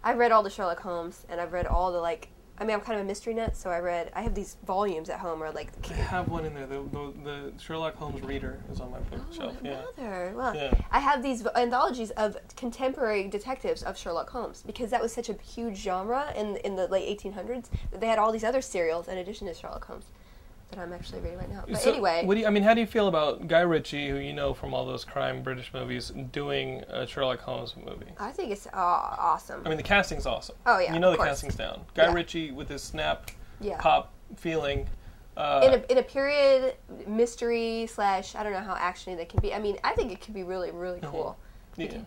I've read all the Sherlock Holmes, and I've read all the like. I mean, I'm kind of a mystery nut, so I read. I have these volumes at home, where like. I have one in there. The, the, the Sherlock Holmes reader is on my Oh, bookshelf. yeah. Another. Well, Yeah. I have these v- anthologies of contemporary detectives of Sherlock Holmes because that was such a huge genre in in the late 1800s that they had all these other serials in addition to Sherlock Holmes. that I'm actually reading right now. But So, anyway, what do you, I mean? How do you feel about Guy Ritchie, who you know from all those crime British movies, doing a Sherlock Holmes movie? I think it's uh, awesome. I mean, the casting's awesome. Oh, yeah, you know the of course. casting's down. Guy Yeah. Ritchie with his snap, yeah. pop feeling. Uh, in a, in a period mystery slash I don't know how actiony that can be. I mean, I think it could be really really Uh-huh. cool. Yeah.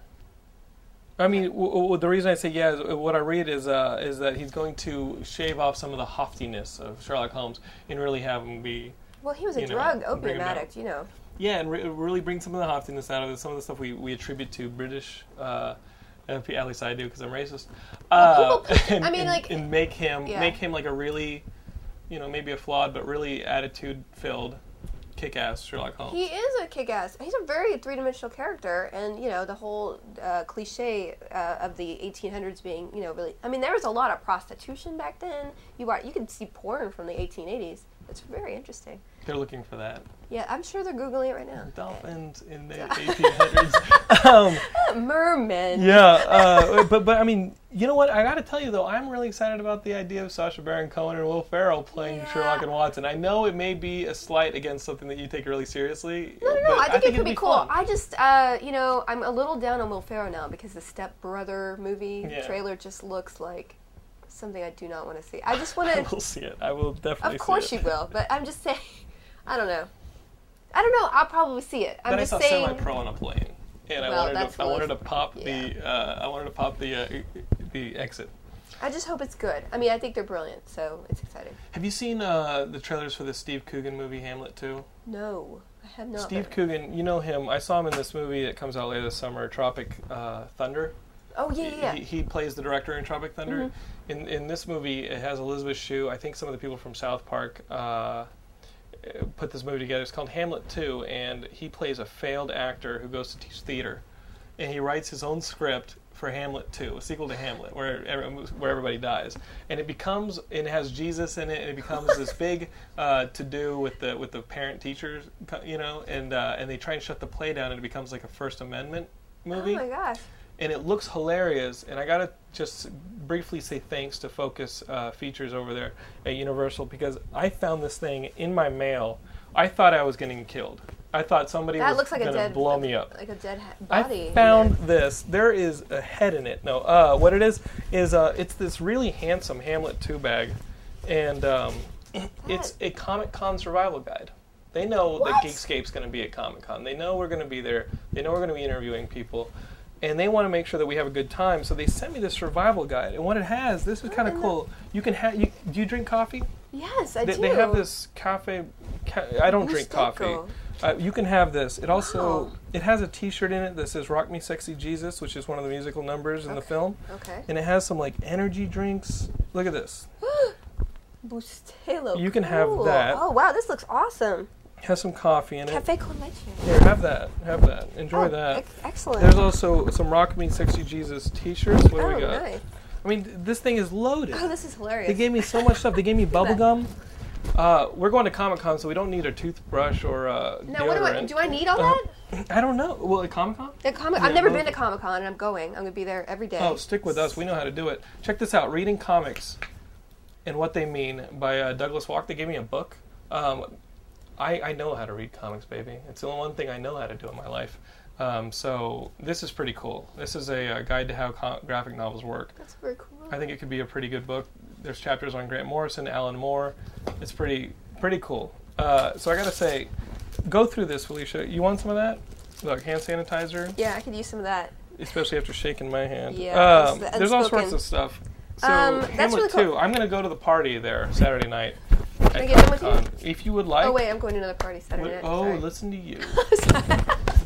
I mean, w- w- the reason I say yeah is what I read is uh, is that he's going to shave off some of the hoftiness of Sherlock Holmes and really have him be Well, he was a You know, drug bring opium 'em down. addict, you know. yeah, and re- really bring some of the hoftiness out of it, some of the stuff we, we attribute to British, uh, at least I do because I'm racist. Uh, Well, people- and, I mean, and- like- and make him yeah. make him like a really, you know, maybe a flawed but really attitude filled, kick ass Sherlock Holmes. He is a kick-ass. He's a very three-dimensional character, and you know the whole uh, cliche uh, of the 1800s being, you know, really. I mean, there was a lot of prostitution back then. You are, you could see porn from the 1880s. It's very interesting. They're looking for that Yeah, I'm sure they're googling it right now. dolphins in the 1800s. um, Merman. yeah, uh, but but I mean, you know what? I got to tell you though, I'm really excited about the idea of Sacha Baron Cohen and Will Ferrell playing Yeah. Sherlock and Watson. I know it may be a slight against something that you take really seriously. No, no, no. but I think it it'd could be, cool. fun. I just, uh, you know, I'm a little down on Will Ferrell now because the Step Brother movie Yeah. trailer just looks like something I do not want to see. I just want I to. will see it. I will definitely. of course see you it. will, but I'm just saying. I don't know. I don't know. I'll probably see it. I'm Then I just saw saying. semi-pro on a plane, and I Well, wanted that's to, I wanted to worse. pop Yeah. the uh, I wanted to pop the uh, the exit. I just hope it's good. I mean, I think they're brilliant, so it's exciting. Have you seen uh, the trailers for the Steve Coogan movie Hamlet too? No, I have not. Steve but- Coogan, you know him. I saw him in this movie that comes out later this summer, Tropic uh, Thunder. oh yeah, yeah, Mm-hmm. He, yeah. he plays the director in Tropic Thunder. In in this movie, it has Elizabeth Shue. I think some of the people from South Park uh, put this movie together. It's called Hamlet Two, and he plays a failed actor who goes to teach theater, and he writes his own script for Hamlet Two, a sequel to Hamlet, where every- where everybody dies, and it becomes and it has Jesus in it, and it becomes this big uh, to do with the with the parent teachers, you know, and uh, and they try and shut the play down, and it becomes like a First Amendment Oh movie my gosh. and it looks hilarious. And I gotta just briefly say thanks to Focus uh, Features over there at Universal because I found this thing in my mail. I thought I was getting killed. I thought somebody That was looks like a gonna dead blow me up. Like a dead ha- body. I in found there. this. There is a head in it. No, uh, what it is is uh, it's this really handsome Hamlet two bag, and um, it's a Comic Con survival guide. They know What? that Geekscape's going to be at Comic Con. They know we're going to be there. They know we're going to be interviewing people, and they want to make sure that we have a good time. So they sent me this survival guide, and what it has, this is kind of in the- cool. You can have. You, do you drink coffee? Yes, I They, do. they have this cafe. Ca- I don't drink coffee. Gusteco. Uh, you can have this. It also Wow. it has a T-shirt in it that says "Rock Me Sexy Jesus," which is one of the musical numbers in the Okay. film, Okay. and it has some like energy drinks. Look at this. Bustelo. You can have cool. that. Oh wow, this looks awesome. It has some coffee in it. Cafe con leche. Here, have that. Have that. Enjoy Oh, that. ex- excellent. There's also some Rock Me Sexy Jesus T-shirts. What do oh, we got? nice. I mean, th- this thing is loaded. Oh, this is hilarious. They gave me so much stuff. They gave me bubble gum. Uh, we're going to Comic Con, so we don't need a toothbrush or uh, now, what do I deodorant. do? I need all Uh, that? I don't know. Well, at Comic Con? The comic. yeah, I've never well- been to Comic Con, and I'm going. I'm gonna be there every day. Oh, stick with us. We know how to do it. Check this out Reading Comics and What They Mean by uh, Douglas Walk. They gave me a book. Um, I, I know how to read comics, baby. It's the only one thing I know how to do in my life. Um, so this is pretty cool. This is a, uh guide to how co- graphic novels work. That's very cool. I think it could be a pretty good book. There's chapters on Grant Morrison, Alan Moore. It's pretty pretty cool. Uh, so I gotta say, go through this, Felicia. You want some of that? Look, hand sanitizer Yeah, I could use some of that. especially after shaking my hand. Yeah, um, it's the there's all unspoken. sorts of stuff. So Um, that's Hamlet really too. cool. I'm gonna go to the party there Saturday night. At I get in with you? Comic-Con. If you would like. Oh wait, I'm going to another party What- Saturday night. oh, Sorry. listen to you.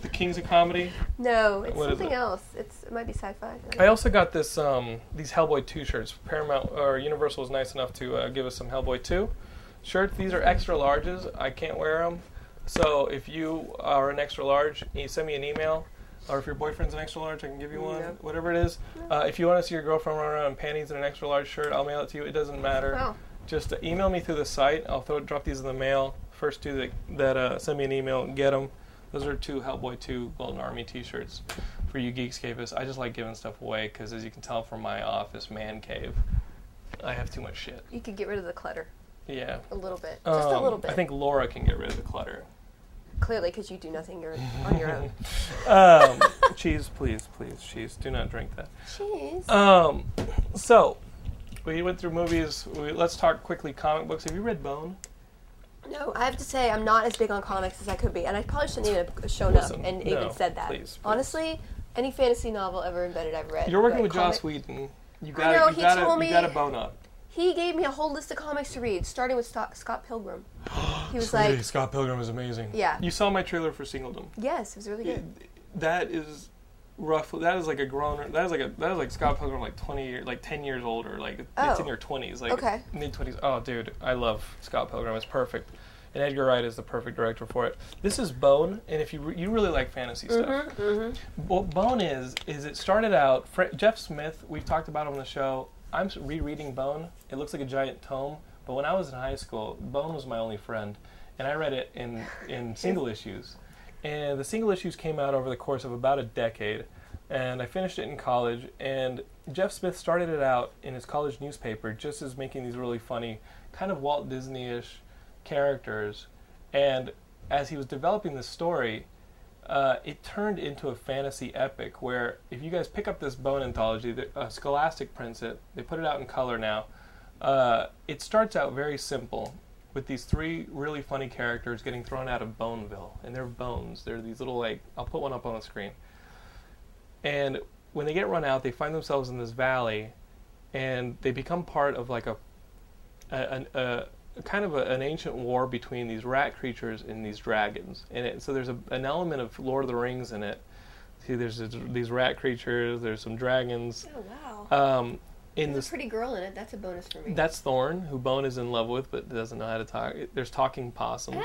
the Kings of Comedy. no, it's What is something it? else. It's it might be sci-fi. I also got this um, these Hellboy two shirts. Paramount or Universal was nice enough to uh, give us some Hellboy two shirts. These are extra larges. I can't wear them. So if you are an extra large, you send me an email. Or if your boyfriend's an extra large, I can give you one. Yeah. Whatever it is. Uh, if you want to see your girlfriend run around in panties and an extra large shirt, I'll mail it to you. It doesn't matter. Oh, Just uh, email me through the site. I'll throw drop these in the mail. First two that that uh, send me an email, get them. Those are two Hellboy two Golden Army T-shirts for you Geekscapists. I just like giving stuff away because, as you can tell from my office man cave, I have too much shit. you could get rid of the clutter. Yeah. a little bit, just a Um, little bit. I think Laura can get rid of the clutter. Clearly, because you do nothing, you're on your own. Um, cheese, please, please, cheese. Do not drink that. Jeez. Um, so we went through movies. We, let's talk quickly comic books. Have you read Bone? No, I have to say I'm not as big on comics as I could be, and I probably shouldn't even have shown up Listen, and no, even said that. please, please. Honestly, any fantasy novel ever invented I've read. You're working but with comic- Joss Whedon. You got know, to you he got to told you me- got to bone up. He gave me a whole list of comics to read, starting with Sto- Scott Pilgrim. He was like, Scott Pilgrim is amazing. Yeah. You saw my trailer for Singledom. "Yes, it was really good." That is roughly that is like a grown that is like a that is like Scott Pilgrim like 20 years like 10 years older like it's Oh. in your 20s like Okay. mid 20s. Oh dude, I love Scott Pilgrim. It's perfect. And Edgar Wright is the perfect director for it. This is Bone, and if you re- you really like fantasy Mm-hmm. stuff, what Bone is is it started out Fra- Jeff Smith. We've talked about him on the show. I'm s- rereading Bone. It looks like a giant tome, but when I was in high school, Bone was my only friend, and I read it in in single issues. And the single issues came out over the course of about a decade, and I finished it in college. And Jeff Smith started it out in his college newspaper, just as making these really funny, kind of Walt Disney-ish characters. And as he was developing the story, uh, it turned into a fantasy epic where if you guys pick up this bone anthology that uh, scholastic prints it they put it out in color now uh, it starts out very simple with these three really funny characters getting thrown out of boneville and they're bones they're these little like i'll put one up on the screen and when they get run out they find themselves in this valley and they become part of like a a, a, a kind of a, an ancient war between these rat creatures and these dragons. And it, so there's a, an element of Lord of the Rings in it. See, there's this, these rat creatures. There's some dragons. Oh wow! Um, in There's this, a pretty girl in it. That's a bonus for me. that's Thorn, who Bone is in love with, but doesn't know how to talk. There's talking possums,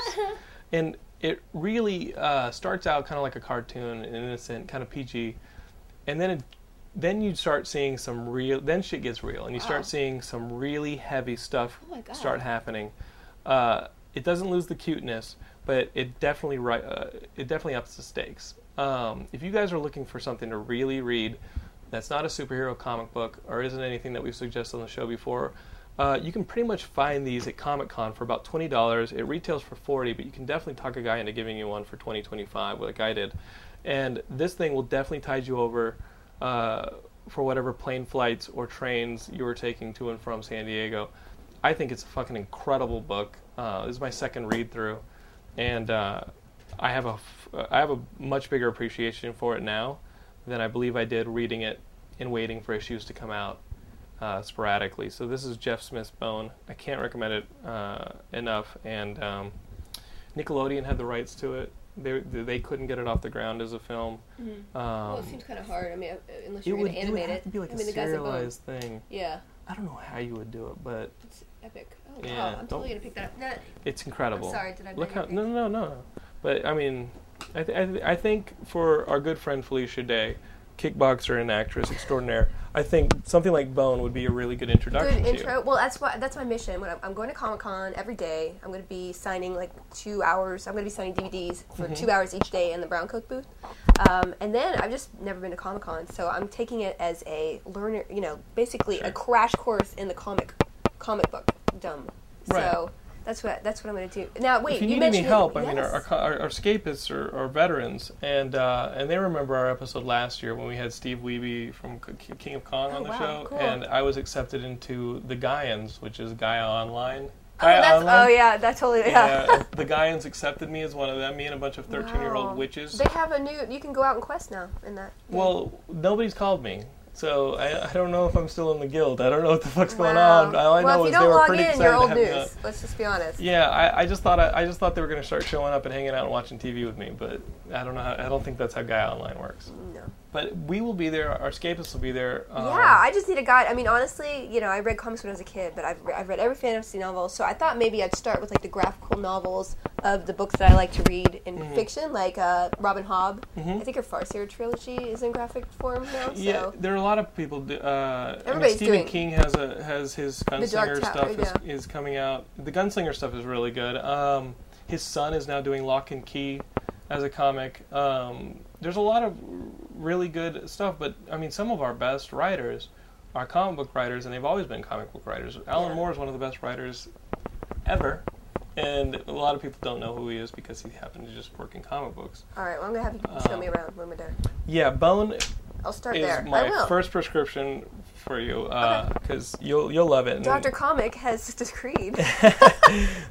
and it really uh, starts out kind of like a cartoon, and innocent, kind of PG, and then it, then you start seeing some real. Then shit gets real, and you Wow. start seeing some really heavy stuff Oh my God. start happening. Uh, it doesn't lose the cuteness, but it definitely ri- uh, it definitely ups the stakes. Um, if you guys are looking for something to really read, that's not a superhero comic book or isn't anything that we've suggested on the show before. Uh, you can pretty much find these at Comic Con for about twenty dollars. It retails for forty, but you can definitely talk a guy into giving you one for twenty twenty five, like I did. And this thing will definitely tide you over uh, for whatever plane flights or trains you were taking to and from San Diego. I think it's a fucking incredible book. Uh, this is my second read through, and uh, I have a f- I have a much bigger appreciation for it now than I believe I did reading it and waiting for issues to come out uh, sporadically. So this is Jeff Smith's Bone. I can't recommend it uh, enough. And um, Nickelodeon had the rights to it. They they couldn't get it off the ground as a film. Mm-hmm. well, it Um, seems kind of hard. I mean, uh, unless it you're would, going it to would animate have to be like I a mean, the guy's a bone. serialized thing. Yeah, I don't know how you would do it, but it's epic. Oh wow! Yeah, I'm don't- totally going to pick that up. That, It's incredible. I'm sorry, did I Look bring how up no no no no. But I mean, I th- I, th- I think for our good friend Felicia Day, kickboxer and actress extraordinaire, I think something like Bone would be a really good introduction. good to you. intro. Well, that's what that's my mission. When I'm, I'm going to Comic Con every day, I'm going to be signing like two hours. I'm going to be signing DVDs for Mm-hmm. two hours each day in the Brown Coat booth. Um, and then I've just never been to Comic Con, so I'm taking it as a learner. You know, basically Sure. a crash course in the comic comic book dumb. Right. So that's what that's what I'm going to do. Now, wait, if you, need any mentioned help, it. I mean, our, Yes. our, co- our, our escapists are, are veterans, and uh, and they remember our episode last year when we had Steve Wiebe from K- King of Kong Oh, on the wow, show, cool. and I was accepted into the Gaians, which is Gaia Online. oh, Gaia that's, Online? oh yeah, that's totally yeah. Yeah, the Gaians accepted me as one of them. Me and a bunch of thirteen-year-old Wow. witches. They have a new. You can go out and quest now in that. Well, nobody's called me, so I, I don't know if I'm still in the guild. I don't know what the fuck's going Wow. on. All I well, know if you is don't they were log pretty in, excited you're to old have news. me on. Let's just be honest. Yeah, I, I just thought I, I just thought they were going to start showing up and hanging out and watching TV with me, but I don't know. How, I don't think that's how Guy Online works. No. But we will be there. Our escapists will be there. Um, yeah, I just need a guide. I mean, honestly, you know, I read comics when I was a kid, but I've, I've read every fantasy novel, so I thought maybe I'd start with like the graphical novels of the books that I like to read in Mm-hmm. fiction, like uh, Robin Hobb. I think her Farseer trilogy is in graphic form now. So. Yeah, there are a lot of people. do- Uh, I mean, Everybody's Stephen doing- King has a has his gunslinger Tower, stuff is, yeah. is coming out. The gunslinger stuff is really good. Um, his son is now doing Lock and Key as a comic. Um, there's a lot of really good stuff, but I mean, some of our best writers are comic book writers, and they've always been comic book writers. Alan Yeah. Moore is one of the best writers ever. And a lot of people don't know who he is because he happened to just work in comic books. All right, well, I'm going to have you show me around when we're done. Yeah, Bone I'll start Um, is there. I my will. first prescription for you because you'll you'll love it. And Dr. Comic has disagreed.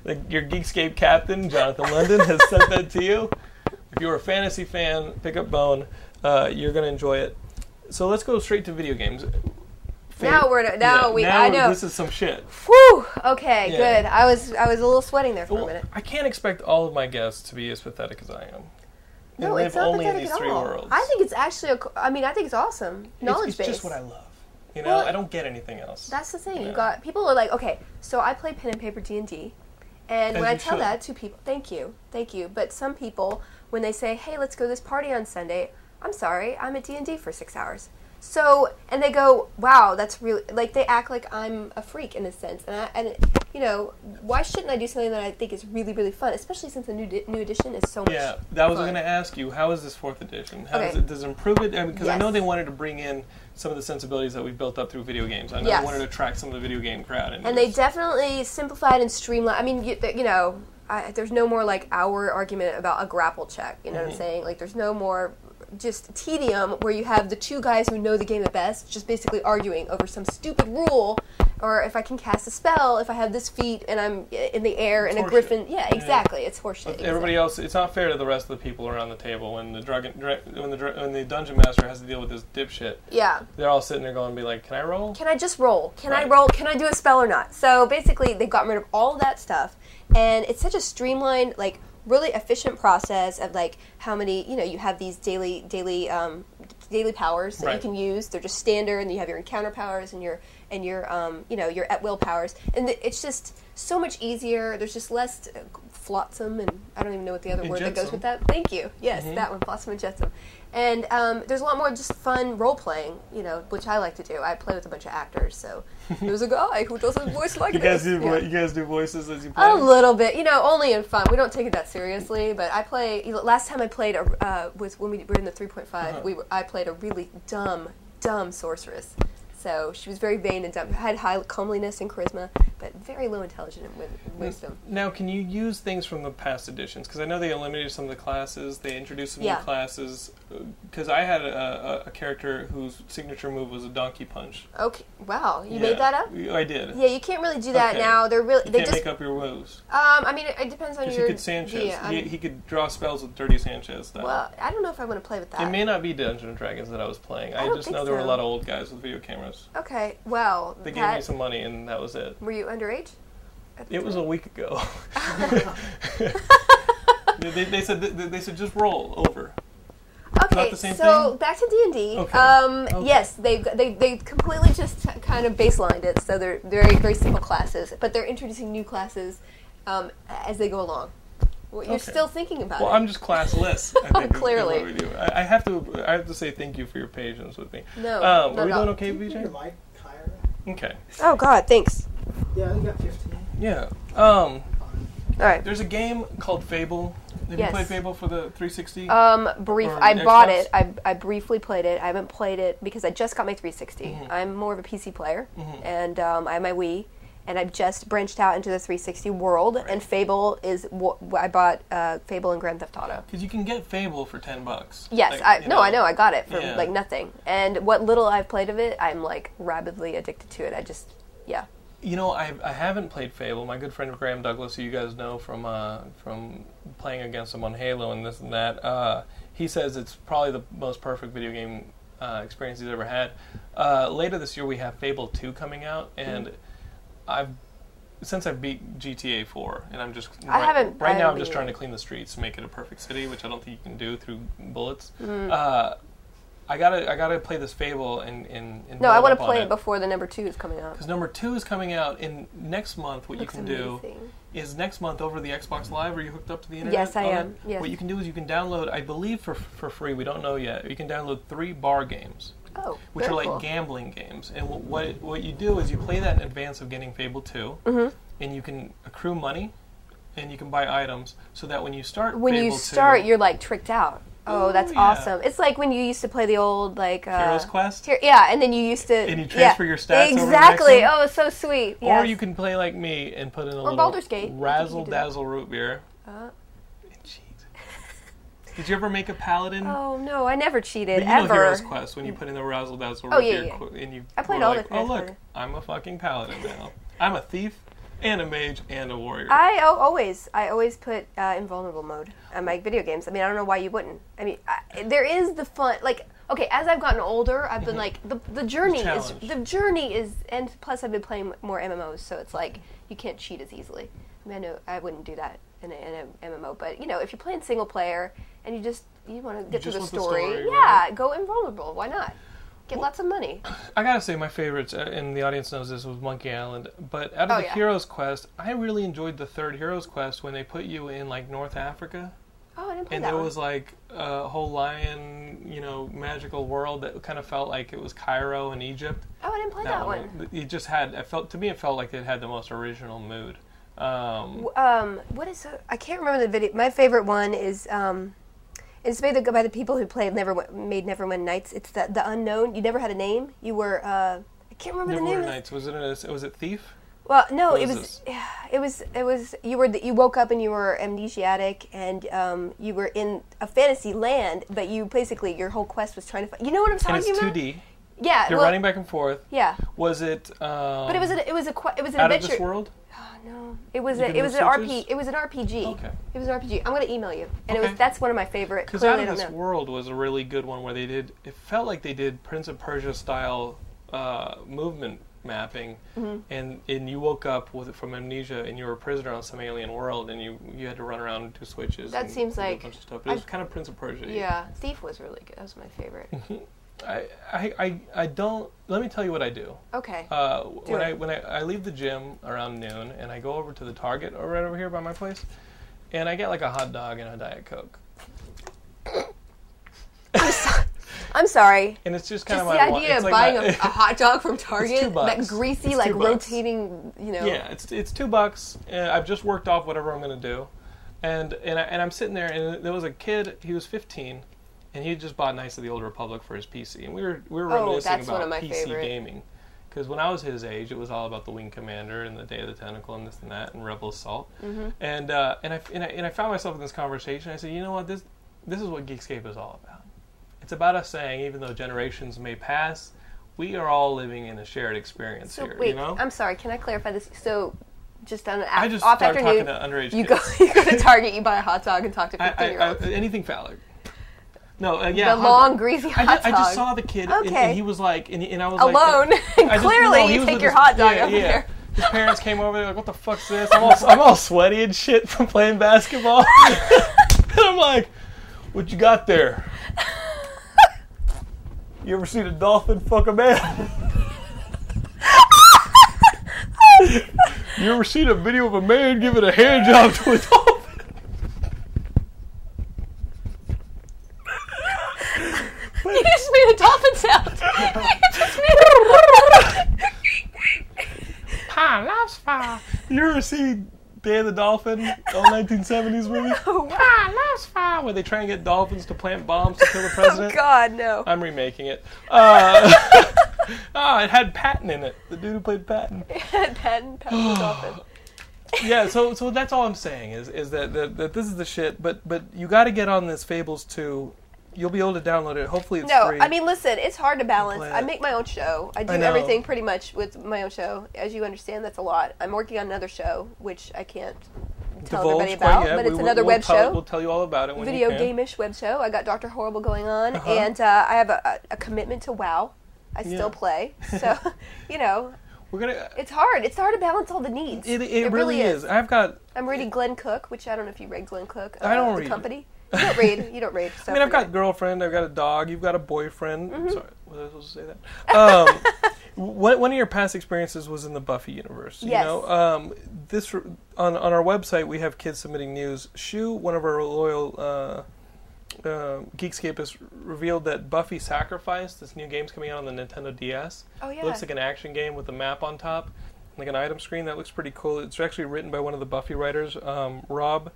the, your Geekscape captain, Jonathan London, has sent that to you. If you're a fantasy fan, pick up Bone. Uh, you're gonna enjoy it. So let's go straight to video games. Fa- Now we're no- now we- I know. this is some shit. Whew. Okay, Yeah. good. I was I was a little sweating there for a Well, minute. I can't expect all of my guests to be as pathetic as I am. They No, live it's not only in pathetic these at three all. worlds. I think it's actually. A, co- I mean, I think it's awesome. It's- Knowledge it's, base. just what I love. You know, Well, I don't get anything else. That's the thing. Yeah. You got people are like, okay, so I play pen and paper D and D, and when As I you tell should. that to people, thank you, thank you. But some people, when they say, hey, let's go to this party on Sunday, I'm sorry, I'm at D and D for six hours. So and they go, wow, that's really like they act like I'm a freak in a sense, and I and you know why shouldn't I do something that I think is really really fun, especially since the new di- new edition is so much. Yeah, that was fun. going to ask you. How is this fourth edition? How does Okay. it does it improve it? Because I, mean 'cause I know Yes. they wanted to bring in some of the sensibilities that we've built up through video games. I know Yes. they wanted to attract some of the video game crowd. And they definitely simplified and streamlined. I mean, you, th- you know, I, there's no more like hour argument about a grapple check. You know Mm-hmm. what I'm saying? Like, there's no more just tedium where you have the two guys who know the game the best just basically arguing over some stupid rule or if I can cast a spell, if I have this feat and I'm in the air and a horseshit. griffin. Yeah, Yeah. exactly. It's horseshit. Everybody else, it's not fair to the rest of the people around the table when the dragon, dra- when the dra- when the dungeon master has to deal with this dipshit. exactly. Yeah. They're all sitting there going, "Be like, can I roll?" can I just roll? Can I Right. roll? Can I do a spell or not? So basically, they've gotten rid of all that stuff, and it's such a streamlined, like really efficient process of like how many you know you have these daily daily um, daily powers that Right. you can use. They're just standard, and you have your encounter powers and your and your um, you know your at will powers, and th- it's just so much easier. There's just less uh, flotsam, and I don't even know what the other And word that jetsam. goes Mm-hmm. with that. Thank you. Yes, that one, Blossom and Jetsam. And um, there's a lot more just fun role playing, you know, which I like to do. I play with a bunch of actors, so there's a guy who does a voice like You guys this. do Yeah. vo- you guys do voices as you play. A little bit, you know, only in fun. We don't take it that seriously, but I play. Last time I played a, uh, was when we were in the 3.5. Uh-huh. We were, I played a really dumb, dumb sorceress. So she was very vain and dumb. Had high comeliness and charisma, but very low intelligence and wi- Hmm. wisdom. Now, can you use things from the past editions? Because I know they eliminated some of the classes, they introduced some Yeah. new classes. Because I had a, a, a character whose signature move was a donkey punch. Okay, wow, you Yeah. made that up. I did. Yeah, you can't really do that Okay. now. They're really You they can't just make up your moves. Um, I mean, it, it depends on Because your. he could Sanchez. Yeah, he, I'm- he could draw spells with Dirty Sanchez. Style. well, I don't know if I want to play with that. it may not be Dungeons and Dragons that I was playing. I, I don't just think know there were a so. lot of old guys with video cameras. okay, well, They gave me that, some money, and that was it. were you underage? at the It was a time? week ago. they, they- they said they, they said just roll over. okay. the same so thing? back to D and D. Okay. Um, Okay. yes, they they they completely just kind of baselined it, so they're very very simple classes, but they're introducing new classes um, as they go along. Well, you're Okay. still thinking about Well, it. I'm just classless. I think, is- is what Clearly. we do. I, I have to. I have to say thank you for your patience with me. No, Um, not are we at all. doing okay, Keep your VJ? light, Kyra. Okay. oh God, thanks. Yeah, you got 15. Yeah. Um, All right. there's a game called Fable. Have Yes. you played Fable for the 360? Um, brief. Or I bought Xbox? it. I, I briefly played it. I haven't played it because I just got my 360. Mm-hmm. I'm more of a PC player, and um, I have my Wii, and I've just branched out into the 360 world. And Fable is wh- wh- I bought uh, Fable and Grand Theft Auto. Because you can get Fable for ten bucks. Yes, Like, I you no, I know. I got it for Yeah. like nothing. And what little I've played of it, I'm like rabidly addicted to it. I just yeah. You know, I, I haven't played Fable. My good friend Graham Douglas, who you guys know from uh, from playing against him on Halo and this and that, uh, he says it's probably the most perfect video game uh, experience he's ever had. Uh, later this year, we have Fable Two coming out, and I've since I've beat GTA Four, and I'm just I right, haven't- right now. I'm I haven't just either. trying to clean the streets to make it a perfect city, which I don't think you can do through bullets. Mm. Uh, I gotta I gotta play this Fable and and, and No, I build want up to on play it before the number two is coming out. because number two is coming out in next month. What Looks you can do amazing. is next month over the Xbox Live. Are you hooked up to the internet? Yes, I on am. it? Yes. What you can do is you can download, I believe, for for free. We don't know yet. You can download three bar games, Oh, which very are like cool. gambling games. And what, what what you do is you play that in advance of getting Fable 2 Mm-hmm. and you can accrue money, and you can buy items so that when you start when Fable you start, 2, you're like tricked out. Oh, that's Ooh, yeah. awesome! It's like when you used to play the old like uh, Heroes Quest? Here- yeah, and then you used to And you transfer yeah. your stats over to the next exactly. one? oh, it's so sweet. Or Yes. you can play like me and put in a little Baldur's Gate. I think you razzle could do that. dazzle root beer. Uh, And cheat. Did you ever make a paladin? oh no, I never cheated But you know ever. Mm. Heroes Quest when you put in the razzle dazzle Oh, root yeah, beer yeah. qu- and you I played were all like, the Oh Heroes look, Quest. I'm a fucking paladin now. I'm a thief and a mage and a warrior. I oh, always I always put uh, invulnerable mode on my video games. I mean, I don't know why you wouldn't. I mean, I, there is the fun. Like, okay, as I've gotten older, I've been like the the journey is challenge. the journey is, and plus I've been playing more MMOs, so it's like you can't cheat as easily. I mean, I know I wouldn't do that in a, in a MMO, but you know, if you're playing single player and you just you want to get just through the want the story, story, yeah, go invulnerable. Why not? Get lots of money. I gotta say, my favorites, uh, and the audience knows this, was Monkey Island. But out of Oh, the yeah. Heroes Quest, I really enjoyed the third Heroes Quest when they put you in like North Africa, Oh, I didn't play and that there one. was like a whole lion, you know, magical world that kind of felt like it was Cairo and Egypt. oh, I didn't play that, one. It just had. It felt to me, it felt like it had the most original mood. Um, um, what is her- I can't remember the video. My favorite one is um, it's made the, by the people who played Never made Neverwind Nights. It's the the unknown. You never had a name. You were uh, I can't remember the Neverwinter name. Nights was it? A, was it Thief? Well, no, What it is was it was it was you were the, you woke up and you were amnesiac and um, you were in a fantasy land, but you basically your whole quest was trying to find. You know what I'm And talking it's two about? D. Yeah, You're well, running back and forth. yeah. Was it? Um, But it was an, it was a que- it was an out of adventure. this world. Oh, no, it was You a, can it was move an switches? RP. It was an RPG. Okay. It was an RPG. I'm gonna email you, and it Okay. was that's one of my favorite. Because Clearly, Out I of don't This know. World was a really good one where they did. It felt like they did Prince of Persia style uh, movement mapping, Mm-hmm. and and you woke up with from amnesia and you were a prisoner on some alien world and you you had to run around and do switches. That and seems do a like- bunch of stuff. But it was I've- kind of Prince of Persia. Yeah, Thief was really good. That was my favorite. I, I I I don't. Let me tell you what I do. Okay. Uh, w- Do when it. I when I, I leave the gym around noon and I go over to the Target or right over here by my place, and I get like a hot dog and a diet coke, I'm sorry. and it's just kind Just of the my wa- idea it's of like buying my- a, a hot dog from Target, bucks. that greasy, It's like two bucks. rotating, you know. Yeah, it's it's two bucks. And I've just worked off whatever I'm gonna do, and and I, and I'm sitting there, and there was a kid. He was 15, and he had just bought Knights of the Old Republic for his PC, and we were we were Oh, reminiscing that's about one of my PC favorite. gaming, because when I was his age, it was all about the Wing Commander and the Day of the Tentacle and this and that and Rebel Assault, Mm-hmm. and uh, and I and I and I found myself in this conversation. I said, you know what this this is what Geekscape is all about. It's about us saying, even though generations may pass, we are all living in a shared experience So here. wait, you know? I'm sorry. Can I clarify this? So, just on an I just off started afternoon, talking to underage you go kids. you go to Target, you buy a hot dog, and talk to I, 15 year I, I, olds. anything phallic. No, uh, yeah. the hot long, dog. greasy I hot just, I dog. just saw the kid, and- and, Okay. he was like, and, and I was alone. like, I just- Clearly, no, he you was take with your his- hot dog yeah, over yeah. there. His parents came over. They're like, "What the fuck's this?" I'm all, I'm all sweaty and shit from playing basketball. and I'm like, "What you got there? You ever seen a dolphin fuck a man? you ever seen a video of a man giving a hand job to a dolphin?" You just made a dolphin sound. You just made Pie, life's fire. You ever see Day of the Dolphin, old 1970s movie? a- wow. Pie, life's fire, where they try and get dolphins to plant bombs to kill the president. Oh, God, no. I'm remaking it. Uh, oh, it had Patton in it. The dude who played Patton. Pen, pen, pen, dolphin. Yeah, so so that's all I'm saying is is that that, that this is the shit. But but you got to get on this Fables too. You'll be able to download it. Hopefully it's No, free. I mean, listen, it's hard to balance. Play I it. make my own show. I do I know. everything pretty much with my own show. As you understand, that's a lot. I'm working on another show, which I can't tell Divulge, everybody about, well, Oh, yeah, but we it's will- another we'll web tell- show. We'll tell you all about it when video you can. Uh-huh. game-ish web show. I got Dr. Horrible going on, and uh, I have a, a commitment to WoW. I Yeah. still play, so you know We're gonna. it's hard. It's hard to balance all the needs. It, it, really is. I've got I'm reading Glenn Cook, which I don't know if you read Glenn Cook. uh, I don't the read. company. You don't read. You don't read. So I mean, I've forget got girlfriend, I've got a dog, you've got a boyfriend. Mm-hmm. Sorry, was I supposed to say that? Um, one, one of your past experiences was in the Buffy universe. You Yes. know, um, this on on our website we have kids submitting news. Shu, one of our loyal. Uh, um Geekscape has revealed that Buffy Sacrifice, this new game's coming out on the Nintendo DS. Oh, yeah. It looks like an action game with a map on top, like an item screen. That looks pretty cool. It's actually written by one of the Buffy writers, um, Rob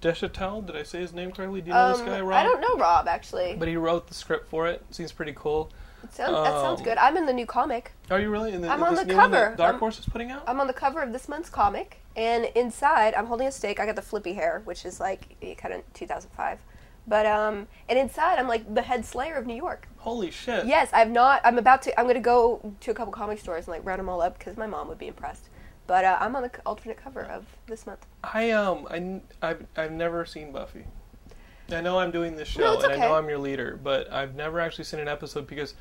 Deschatel. Did I say his name correctly? Do you know Um, this guy, Rob? I don't know Rob actually. But he wrote the script for it. Seems pretty cool. It sounds, that sounds um, good. I'm in the new comic. Are you really? In I'm this on the new one that cover. Dark I'm- Horse is putting out. I'm on the cover of this month's comic, and inside I'm holding a steak. I got the flippy hair, which is like eh, kind of 2005. But um, and inside I'm like the head slayer of New York. Holy shit! Yes, I've not. I'm about to. I'm gonna go to a couple comic stores and like round them all up because my mom would be impressed. But uh, I'm on the c- alternate cover of this month. I um I n- I've, I've never seen Buffy. I know I'm doing this show No, it's and I know okay. I'm your leader, but I've never actually seen an episode because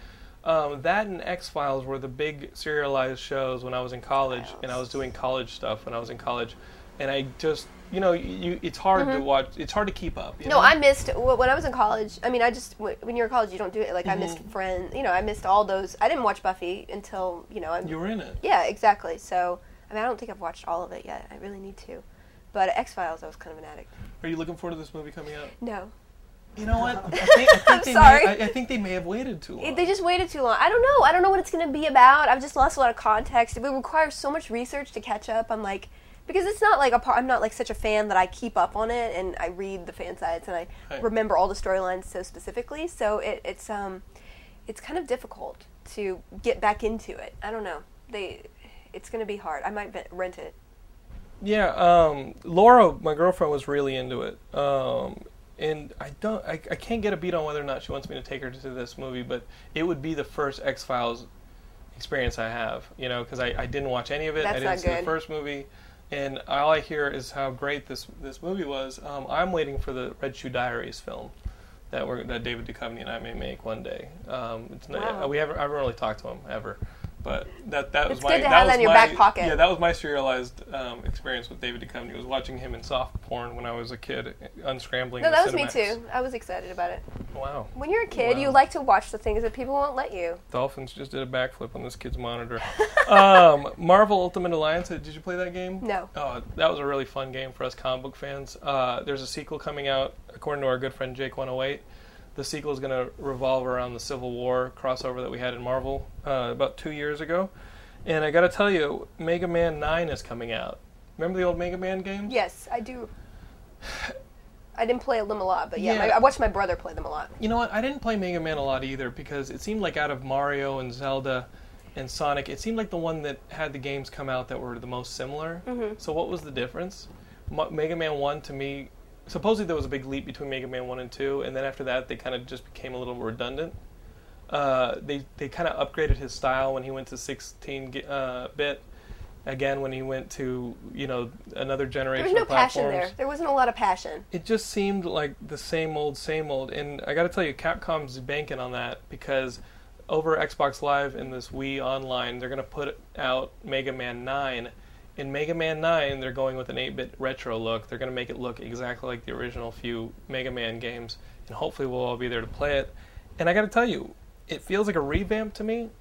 um, that and X Files were the big serialized shows when I was in college and I was doing college stuff when I was in college, and I just you know you it's hard to watch it's hard to keep up. you Mm-hmm. No, know? I missed wh- when I was in college. I mean, I just wh- when you're in college, you don't do it. Like I missed Mm-hmm. Friends. You know, I missed all those. I didn't watch Buffy until you know. I'm, you were in it. yeah, exactly. So I mean, I don't think I've watched all of it yet. I really need to. But X Files, I was kind of an addict. Are you looking forward to this movie coming out? No, You know what? I think, I think I'm they sorry. May, I, I think they may have waited too long. It- they just waited too long. I don't know. I don't know what it's going to be about. I've just lost a lot of context. It would require so much research to catch up. I'm like, because it's not like a part. I'm not like such a fan that I keep up on it and I read the fan sites and I Right. remember all the storylines so specifically. So it, it's um, it's kind of difficult to get back into it. I don't know. They, it's going to be hard. I might vent- rent it. Yeah, um, Laura, my girlfriend, was really into it, um, and I don't, I, I can't get a beat on whether or not she wants me to take her to this movie, but it would be the first X Files experience I have, you know, because I, I didn't watch any of it. That's I didn't not see the good. first movie, and all I hear is how great this this movie was. Um, I'm waiting for the Red Shoe Diaries film that we're that David Duchovny and I may make one day. Um, it's not, Wow. we haven't I haven't really talked to him ever, but that that was It's my good to that have that was in your my- back pocket. Yeah, that was my serialized um, experience with David Duchovny. Was watching him in soft porn when I was a kid, unscrambling. No, the that was me Cinemax. too. I was excited about it. Wow, When you're a kid, you Wow. like to watch the things that people won't let you. Dolphins just did a backflip on this kid's monitor. um, Marvel Ultimate Alliance. Did you play that game? No. Oh, that was a really fun game for us comic book fans. Uh, there's a sequel coming out, according to our good friend Jake 108. The sequel is going to revolve around the Civil War crossover that we had in Marvel uh, about two years ago. And I got to tell you, Mega Man 9 is coming out. Remember the old Mega Man games? Yes, I do. I didn't play them a lot, but yeah, Yeah. My, I watched my brother play them a lot. You know what? I didn't play Mega Man a lot either because it seemed like out of Mario and Zelda and Sonic, it seemed like the one that had the games come out that were the most similar. Mm-hmm. So what was the difference? Mo- Mega Man One to me, supposedly there was a big leap between Mega Man One and Two, and then after that they kind of just became a little redundant. Uh, they they kind of upgraded his style when he went to 16 gi- uh, bit. Again, when he went to you know another There generation was no of platforms, passion there. There wasn't a lot of passion. it just seemed like the same old, same old. And I got to tell you, Capcom's banking on that because over Xbox Live and this Wii Online, they're going to put out Mega Man 9. In Mega Man 9, they're going with an 8 bit retro look. They're going to make it look exactly like the original few Mega Man games. And hopefully, we'll all be there to play it. And I got to tell you, it feels like a revamp to me.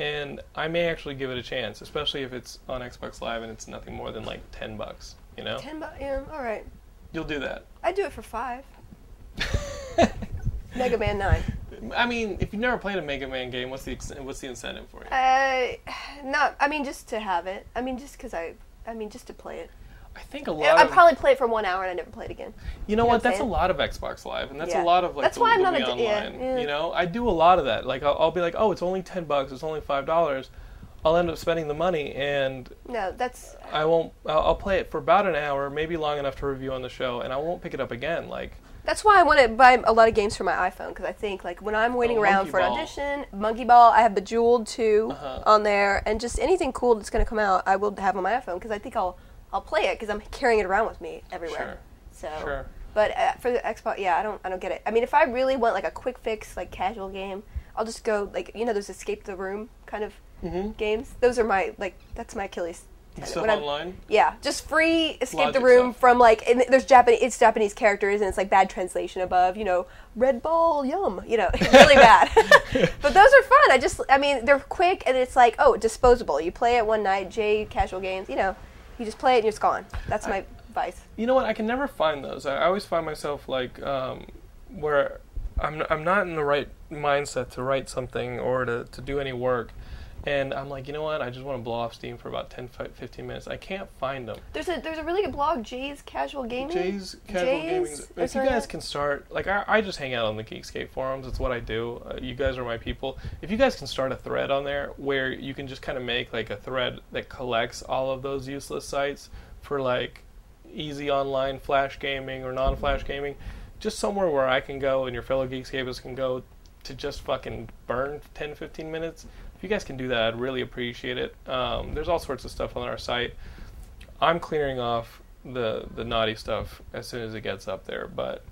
And I may actually give it a chance, especially if it's on Xbox Live and it's nothing more than like 10 bucks. You know? Ten bucks. Yeah, all right. You'll do that. I'd do it for five. Mega Man Nine. I mean, if you've never played a Mega Man game, what's the ex- what's the incentive for you? Uh, not. I mean, just to have it. I mean, just because I. I mean, just to play it. I think a lot. I of, probably play it for one hour and I never played again. you know know what? what I'm That's a saying? lot of Xbox Live, and that's a Yeah. lot of like That's the, why I'm the not Wii a d- yeah, online. yeah. You know, I do a lot of that. Like I'll, I'll be like, oh, it's only ten bucks. It's only five dollars. I'll end up spending the money, and No, that's. I won't. I'll, I'll play it for about an hour, maybe long enough to review on the show, and I won't pick it up again. Like That's why I want to buy a lot of games for my iPhone because I think like when I'm waiting Oh, around Monkey for an Ball. audition, Monkey Ball, I have Bejeweled too Uh-huh. on there, and just anything cool that's going to come out, I will have on my iPhone because I think I'll I'll play it because I'm carrying it around with me everywhere. So, Sure. but uh, for the Xbox, yeah, I don't I don't get it. I mean, if I really want like a quick fix, like casual game, I'll just go like you know those escape the room kind of Mhm. games. Those are my like that's my Achilles. tendon. stuff When I'm- online. yeah, just free escape Logic the room stuff. from like and there's Japanese it's Japanese characters and it's like bad translation above, you know, red ball yum, you know, it's really bad. but those are fun. I just I mean, they're quick and it's like, oh, disposable. You play it one night, J casual games, you know, you just play it and it's gone. That's my advice. you know what? I can never find those. I I always find myself like um, where I'm I'm not in the right mindset to write something or to to do any work, And I'm like, you know what? I just want to blow off steam for about 10, fi- 15 minutes. I can't find them. There's a there's a really good blog, Jay's Casual Gaming. Jay's Casual Gaming. Jay's- or If you sorry, uh, guys can start, like, I, I just hang out on the Geekscape forums. It's what I do. Uh, you guys are my people. If you guys can start a thread on there where you can just kind of make like a thread that collects all of those useless sites for like easy online flash gaming or non-flash gaming, just somewhere where I can go and your fellow Geekscapers can go to just fucking burn 10, 15 minutes. If you guys can do that, I'd really appreciate it. Um, there's all sorts of stuff on our site. I'm clearing off the the naughty stuff as soon as it gets up there. But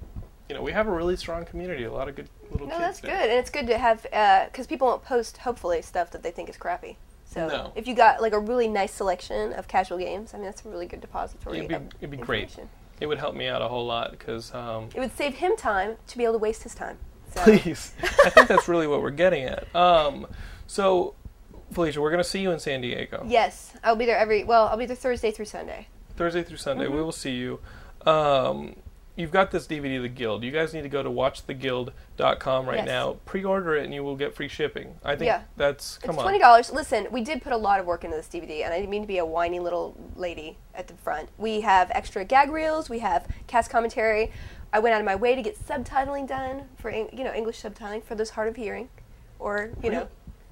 you know, we have a really strong community, a lot of good little No, kids. that's there. good, and it's good to have because people won't post hopefully stuff that they think is crappy. So No. if you got like a really nice selection of casual games, I mean that's a really good depository. It'd be- of it'd be great. information. It would help me out a whole lot because um, It would save him time to be able to waste his time. So, please, I think that's really what we're getting at. Um, so. Felicia, we're going to see you in San Diego Yes, I'll be there every. Well, I'll be there Thursday through Sunday. Thursday through Sunday. Mm-hmm. We will see you. Um, you've got this DVD, The Guild. You guys need to go to watchtheguild.com right Yes. now. Pre-order it, and you will get free shipping. I think Yeah. that's come it's on. twenty dollars. Listen, we did put a lot of work into this DVD, and I didn't mean to be a whiny little lady at the front. We have extra gag reels. We have cast commentary. I went out of my way to get subtitling done for Eng- you know English subtitling for those hard of hearing, or you know.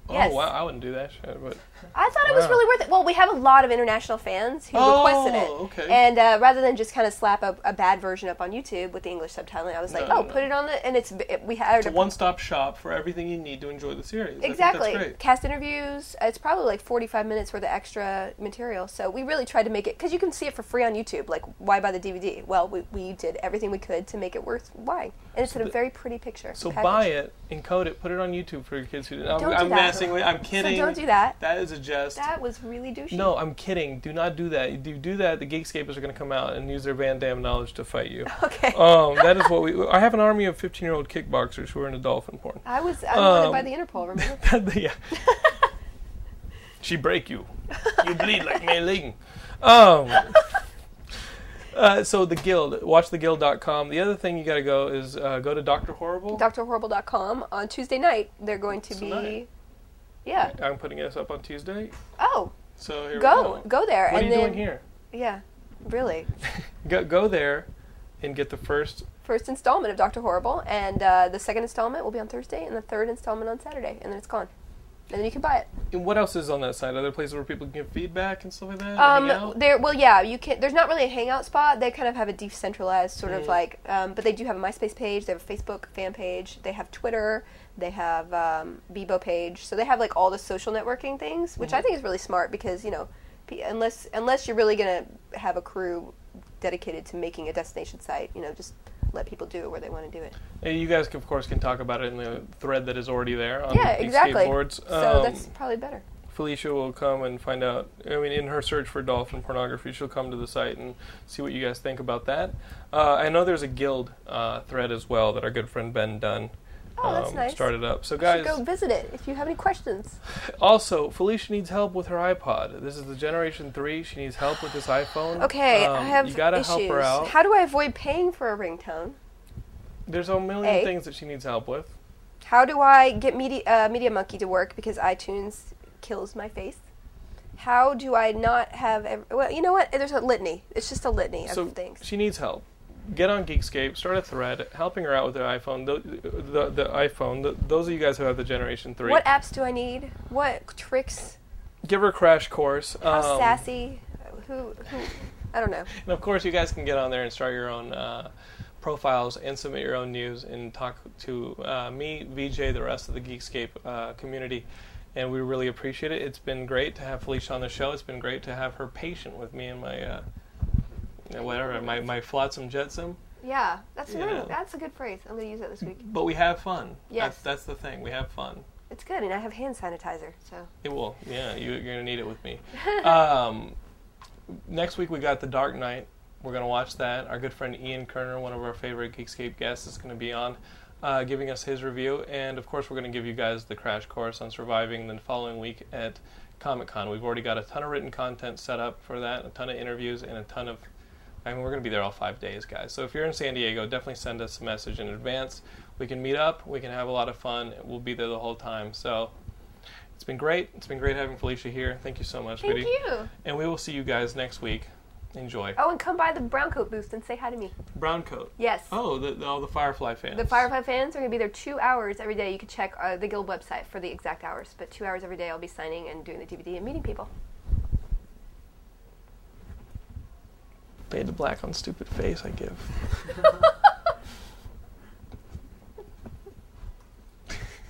Oh yes. wow, I wouldn't do that shit. But I thought it was Wow. really worth it. Well, we have a lot of international fans who Oh, requested it, okay. and uh, rather than just kind of slap a, a bad version up on YouTube with the English subtitling, I was like, No, oh, no, no. put it on the and it's it, we hired It's a a one-stop shop for everything you need to enjoy the series. I think Exactly. that's great. Cast interviews. uh, It's probably like 45 minutes worth of extra material. So we really tried to make it because you can see it for free on YouTube. Like, why buy the DVD? Well, we, we did everything we could to make it worth why, and it's in a the- very pretty picture. So package. buy it, encode it, put it on YouTube for your kids who didn't. I'm, Don't do I'm that. messing with. I'm So kidding. don't do that. That is a jest. That was really douchey. no, I'm kidding. Do not do that. If you do that, the Geekscapers are going to come out and use their Van Damme knowledge to fight you. Okay. um, that is what we. I have an army of 15-year-old kickboxers who are into dolphin porn. I was I'm wanted um, by the Interpol. Remember? yeah. she break you. You bleed like Mei Ling. Um, uh, so the guild, watchtheguild.com. The other thing you got to go is uh, go to Doctor Horrible. DrHorrible.com on Tuesday night. They're going to be. Tonight. Yeah. I'm putting this up on Tuesday. Oh, So here go we go. go there What are and you then doing here? yeah, really. Go, go there and get the first. first installment of Doctor Horrible, and uh, the second installment will be on Thursday, and the third installment on Saturday, and then it's gone. And then you can buy it. And what else is on that site? Other places where people can give feedback and stuff like that? hang Um, out? there, well, yeah, you can. There's not really a hangout spot. They kind of have a decentralized sort of Mm. like, um, but they do have a MySpace page. They have a Facebook fan page. They have Twitter. They have um, Bebo page. So they have like all the social networking things, which Mm. I think is really smart because you know, p- unless unless you're really gonna have a crew dedicated to making a destination site, you know, just let people do it where they want to do it. And you guys, of course, can talk about it in the thread that is already there on yeah, the exactly. skateboards. so Um, that's probably better. Felicia will come and find out. I mean, in her search for dolphin pornography, she'll come to the site and see what you guys think about that. Uh, I know there's a guild uh, thread as well that our good friend Ben Dunn Oh, that's nice. Um, started up. So, You should guys, go visit it if you have any questions. also, Felicia needs help with her iPod. This is the Generation 3. She needs help with this iPhone. Okay, Um, I have You gotta issues. help her out. How do I avoid paying for a ringtone? there's a million A. things that she needs help with. How do I get Media uh, Media Monkey to work because iTunes kills my face? How do I not have? Ev- well, you know what? There's a litany. It's just a litany so of things. she needs help. Get on Geekscape, start a thread, helping her out with her iPhone. The, the, the iPhone. th those of you guys who have the Generation 3. What apps do I need? What tricks? give her a crash course. How Um, sassy? Who? Who? I don't know. And of course, you guys can get on there and start your own uh, profiles and submit your own news and talk to uh, me, VJ, the rest of the Geekscape uh, community. And we really appreciate it. It's been great to have Felicia on the show. It's been great to have her patient with me and my uh, whatever my my flotsam jetsam. Yeah, that's You really, know. that's a good phrase. I'm gonna use that this week. But we have fun. Yes. that's, that's the thing. We have fun. It's good, and I have hand sanitizer, so. It will. Yeah, you, you're gonna need it with me. Um, next week we got The Dark Knight. We're gonna watch that. Our good friend Ian Kerner, one of our favorite Geekscape guests, is gonna be on, uh, giving us his review. And of course, we're gonna give you guys the crash course on surviving the following week at Comic Con. We've already got a ton of written content set up for that, a ton of interviews, and a ton of. I mean, we're gonna be there all five days, guys. So if you're in San Diego, definitely send us a message in advance. We can meet up. We can have a lot of fun. We'll be there the whole time. So. It's been great. It's been great having Felicia here. Thank you so much, Thank Biddy. you. And we will see you guys next week. Enjoy. Oh, and come by the brown coat booth and say hi to me. Brown coat. Yes. Oh, the, the, all the Firefly fans. The Firefly fans are going to be there two hours every day. You can check uh, the Guild website for the exact hours, but two hours every day I'll be signing and doing the DVD and meeting people. Fade to black on stupid face I give.